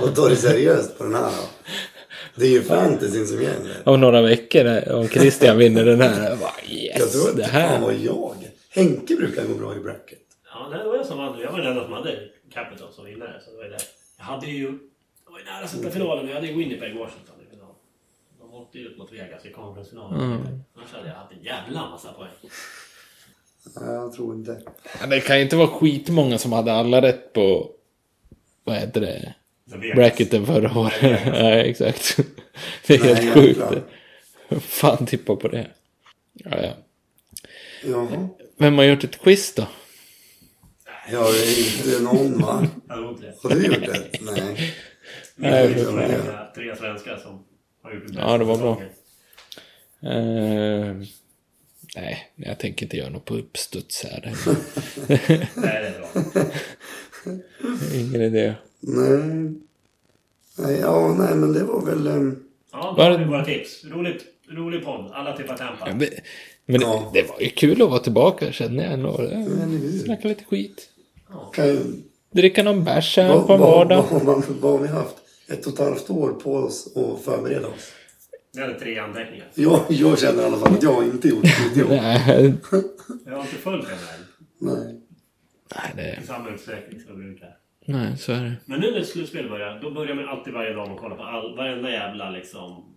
Speaker 2: Och ta det seriöst på den här då. Det är ju fantasyn som gäller.
Speaker 1: om några veckor eh, om Christian vinner den här. Jag bara,
Speaker 2: Jag tror
Speaker 1: yes,
Speaker 2: att
Speaker 1: det
Speaker 2: det
Speaker 1: här.
Speaker 2: var jag. Henke brukar gå bra i bracket.
Speaker 3: Ja, nej, det var jag som vann. Jag var den enda som hade Capital som vinnare. Så det var ju det. Jag hade ju... Jag var ju nära att sätta finalen. Jag hade ju Winnipeg Washington i final. De åkte ju ut mot Vegas i konferensfinalen.
Speaker 1: Mm.
Speaker 3: Annars hade jag haft en jävla massa poäng.
Speaker 2: Nej, jag tror inte.
Speaker 1: Ja, Det kan ju inte vara skitmånga som hade alla rätt på... Vad heter det?
Speaker 3: Så Vegas.
Speaker 1: Bracketen förra året. [laughs] Nej, exakt. Det är
Speaker 2: Nej,
Speaker 1: helt
Speaker 2: jag är
Speaker 1: sjukt.
Speaker 2: klar.
Speaker 1: Fan tippa på det. Ja, ja.
Speaker 2: Jaha.
Speaker 1: Vem har gjort ett quiz då?
Speaker 2: Ja, det är inte någon va?
Speaker 3: Jag tror inte
Speaker 2: Har
Speaker 3: det.
Speaker 2: du gjort det? Nej.
Speaker 3: Men
Speaker 2: det
Speaker 3: det
Speaker 2: tror jag
Speaker 3: är
Speaker 2: inte.
Speaker 3: tre svenskar som har gjort det
Speaker 1: Ja, det var bra. Eh, nej, jag tänker inte göra något på uppstuds här.
Speaker 3: Nej, det är bra.
Speaker 1: [laughs] Ingen idé.
Speaker 2: Nej. nej. Ja, nej, men det var väl... ehm,
Speaker 3: Ja, då
Speaker 1: Var
Speaker 3: har
Speaker 1: det-
Speaker 3: vi våra tips. Roligt, rolig podd. Alla tippar Tampa.
Speaker 1: Ja, Men, men
Speaker 2: Ja.
Speaker 1: det var ju kul att vara tillbaka känner jag ändå. Eh,
Speaker 2: Men hur?
Speaker 1: Snacka lite skit.
Speaker 2: kan-
Speaker 1: Dricka någon bärs här
Speaker 2: Vad
Speaker 1: på en
Speaker 2: vad-
Speaker 1: vardag.
Speaker 2: vad- vad- vad har vi haft? Ett och ett halvt år på oss att förbereda oss.
Speaker 3: Jag hade tre anteckningar.
Speaker 2: Jag, jag känner i alla fall att jag inte gjort ett jobb.
Speaker 1: Nej, [laughs]
Speaker 3: Jag har inte följt den här
Speaker 2: Nej.
Speaker 1: nej, det,
Speaker 3: i samma utsträckning som jag brukar.
Speaker 1: nej, så är det.
Speaker 3: Men nu när slutspel börjar, då börjar man alltid varje dag med att kolla på all, varenda jävla liksom...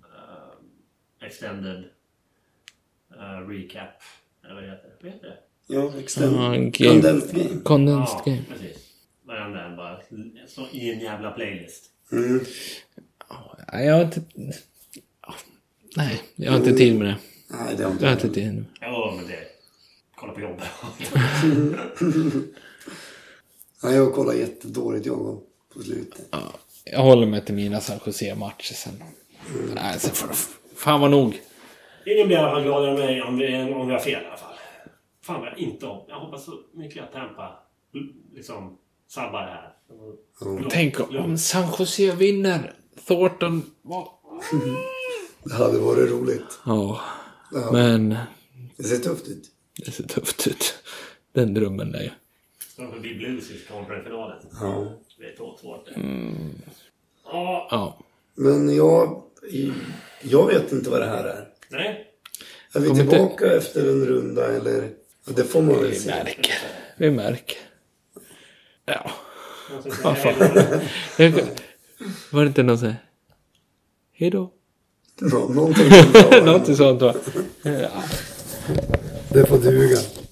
Speaker 3: eh, extended eh, recap. Eller vad det heter Vad heter det?
Speaker 2: Ja,
Speaker 1: Ja,
Speaker 2: extend.
Speaker 1: game.
Speaker 2: Condensed game.
Speaker 1: Condensed
Speaker 3: ja,
Speaker 1: game.
Speaker 3: precis. Varenda en bara. Så I en jävla playlist.
Speaker 2: Mm.
Speaker 1: Nej, jag har inte... Ja, Nej, jag har inte tid med det.
Speaker 2: Nej, det har
Speaker 1: Jag har
Speaker 2: inte
Speaker 1: inte tid med det.
Speaker 3: Ja, men det... Kolla på jobbet. [laughs]
Speaker 2: Nej, jag kollar jättedåligt jag var på slutet.
Speaker 1: Ja, jag håller mig till mina San Jose-matcher sen. Nej, sen får det... Fan vad nog.
Speaker 3: Ingen blir i alla fall gladare än mig om vi, om vi har fel i alla fall. Fan vad jag inte om. Jag hoppas så mycket att Tampa liksom sabbar det här. Lugnt,
Speaker 1: Tänk om
Speaker 3: lugnt.
Speaker 1: San Jose vinner. Thornton var...
Speaker 2: Det hade varit roligt.
Speaker 1: Ja,
Speaker 2: Ja.
Speaker 1: men
Speaker 2: Det ser tufft ut.
Speaker 1: det ser tufft ut. Den drömmen där ju.
Speaker 3: De förbi Blues i conference-finalen.
Speaker 2: Ja.
Speaker 3: Det är så svårt det. Ja,
Speaker 1: Ja.
Speaker 2: Men jag, jag vet inte vad det här är.
Speaker 3: nej.
Speaker 2: Är vi
Speaker 1: Kommer inte-
Speaker 2: tillbaka efter en runda eller? Ja, Det får man väl
Speaker 1: Vi
Speaker 2: se.
Speaker 1: märker. Vi märker. Ja.
Speaker 3: Jag ska säga hej då.
Speaker 1: Jag- Var det inte någon sån här... Hej [laughs] då.
Speaker 2: Nå- Någonting. sånt där.
Speaker 1: Någonting sånt va?
Speaker 2: Det får duga.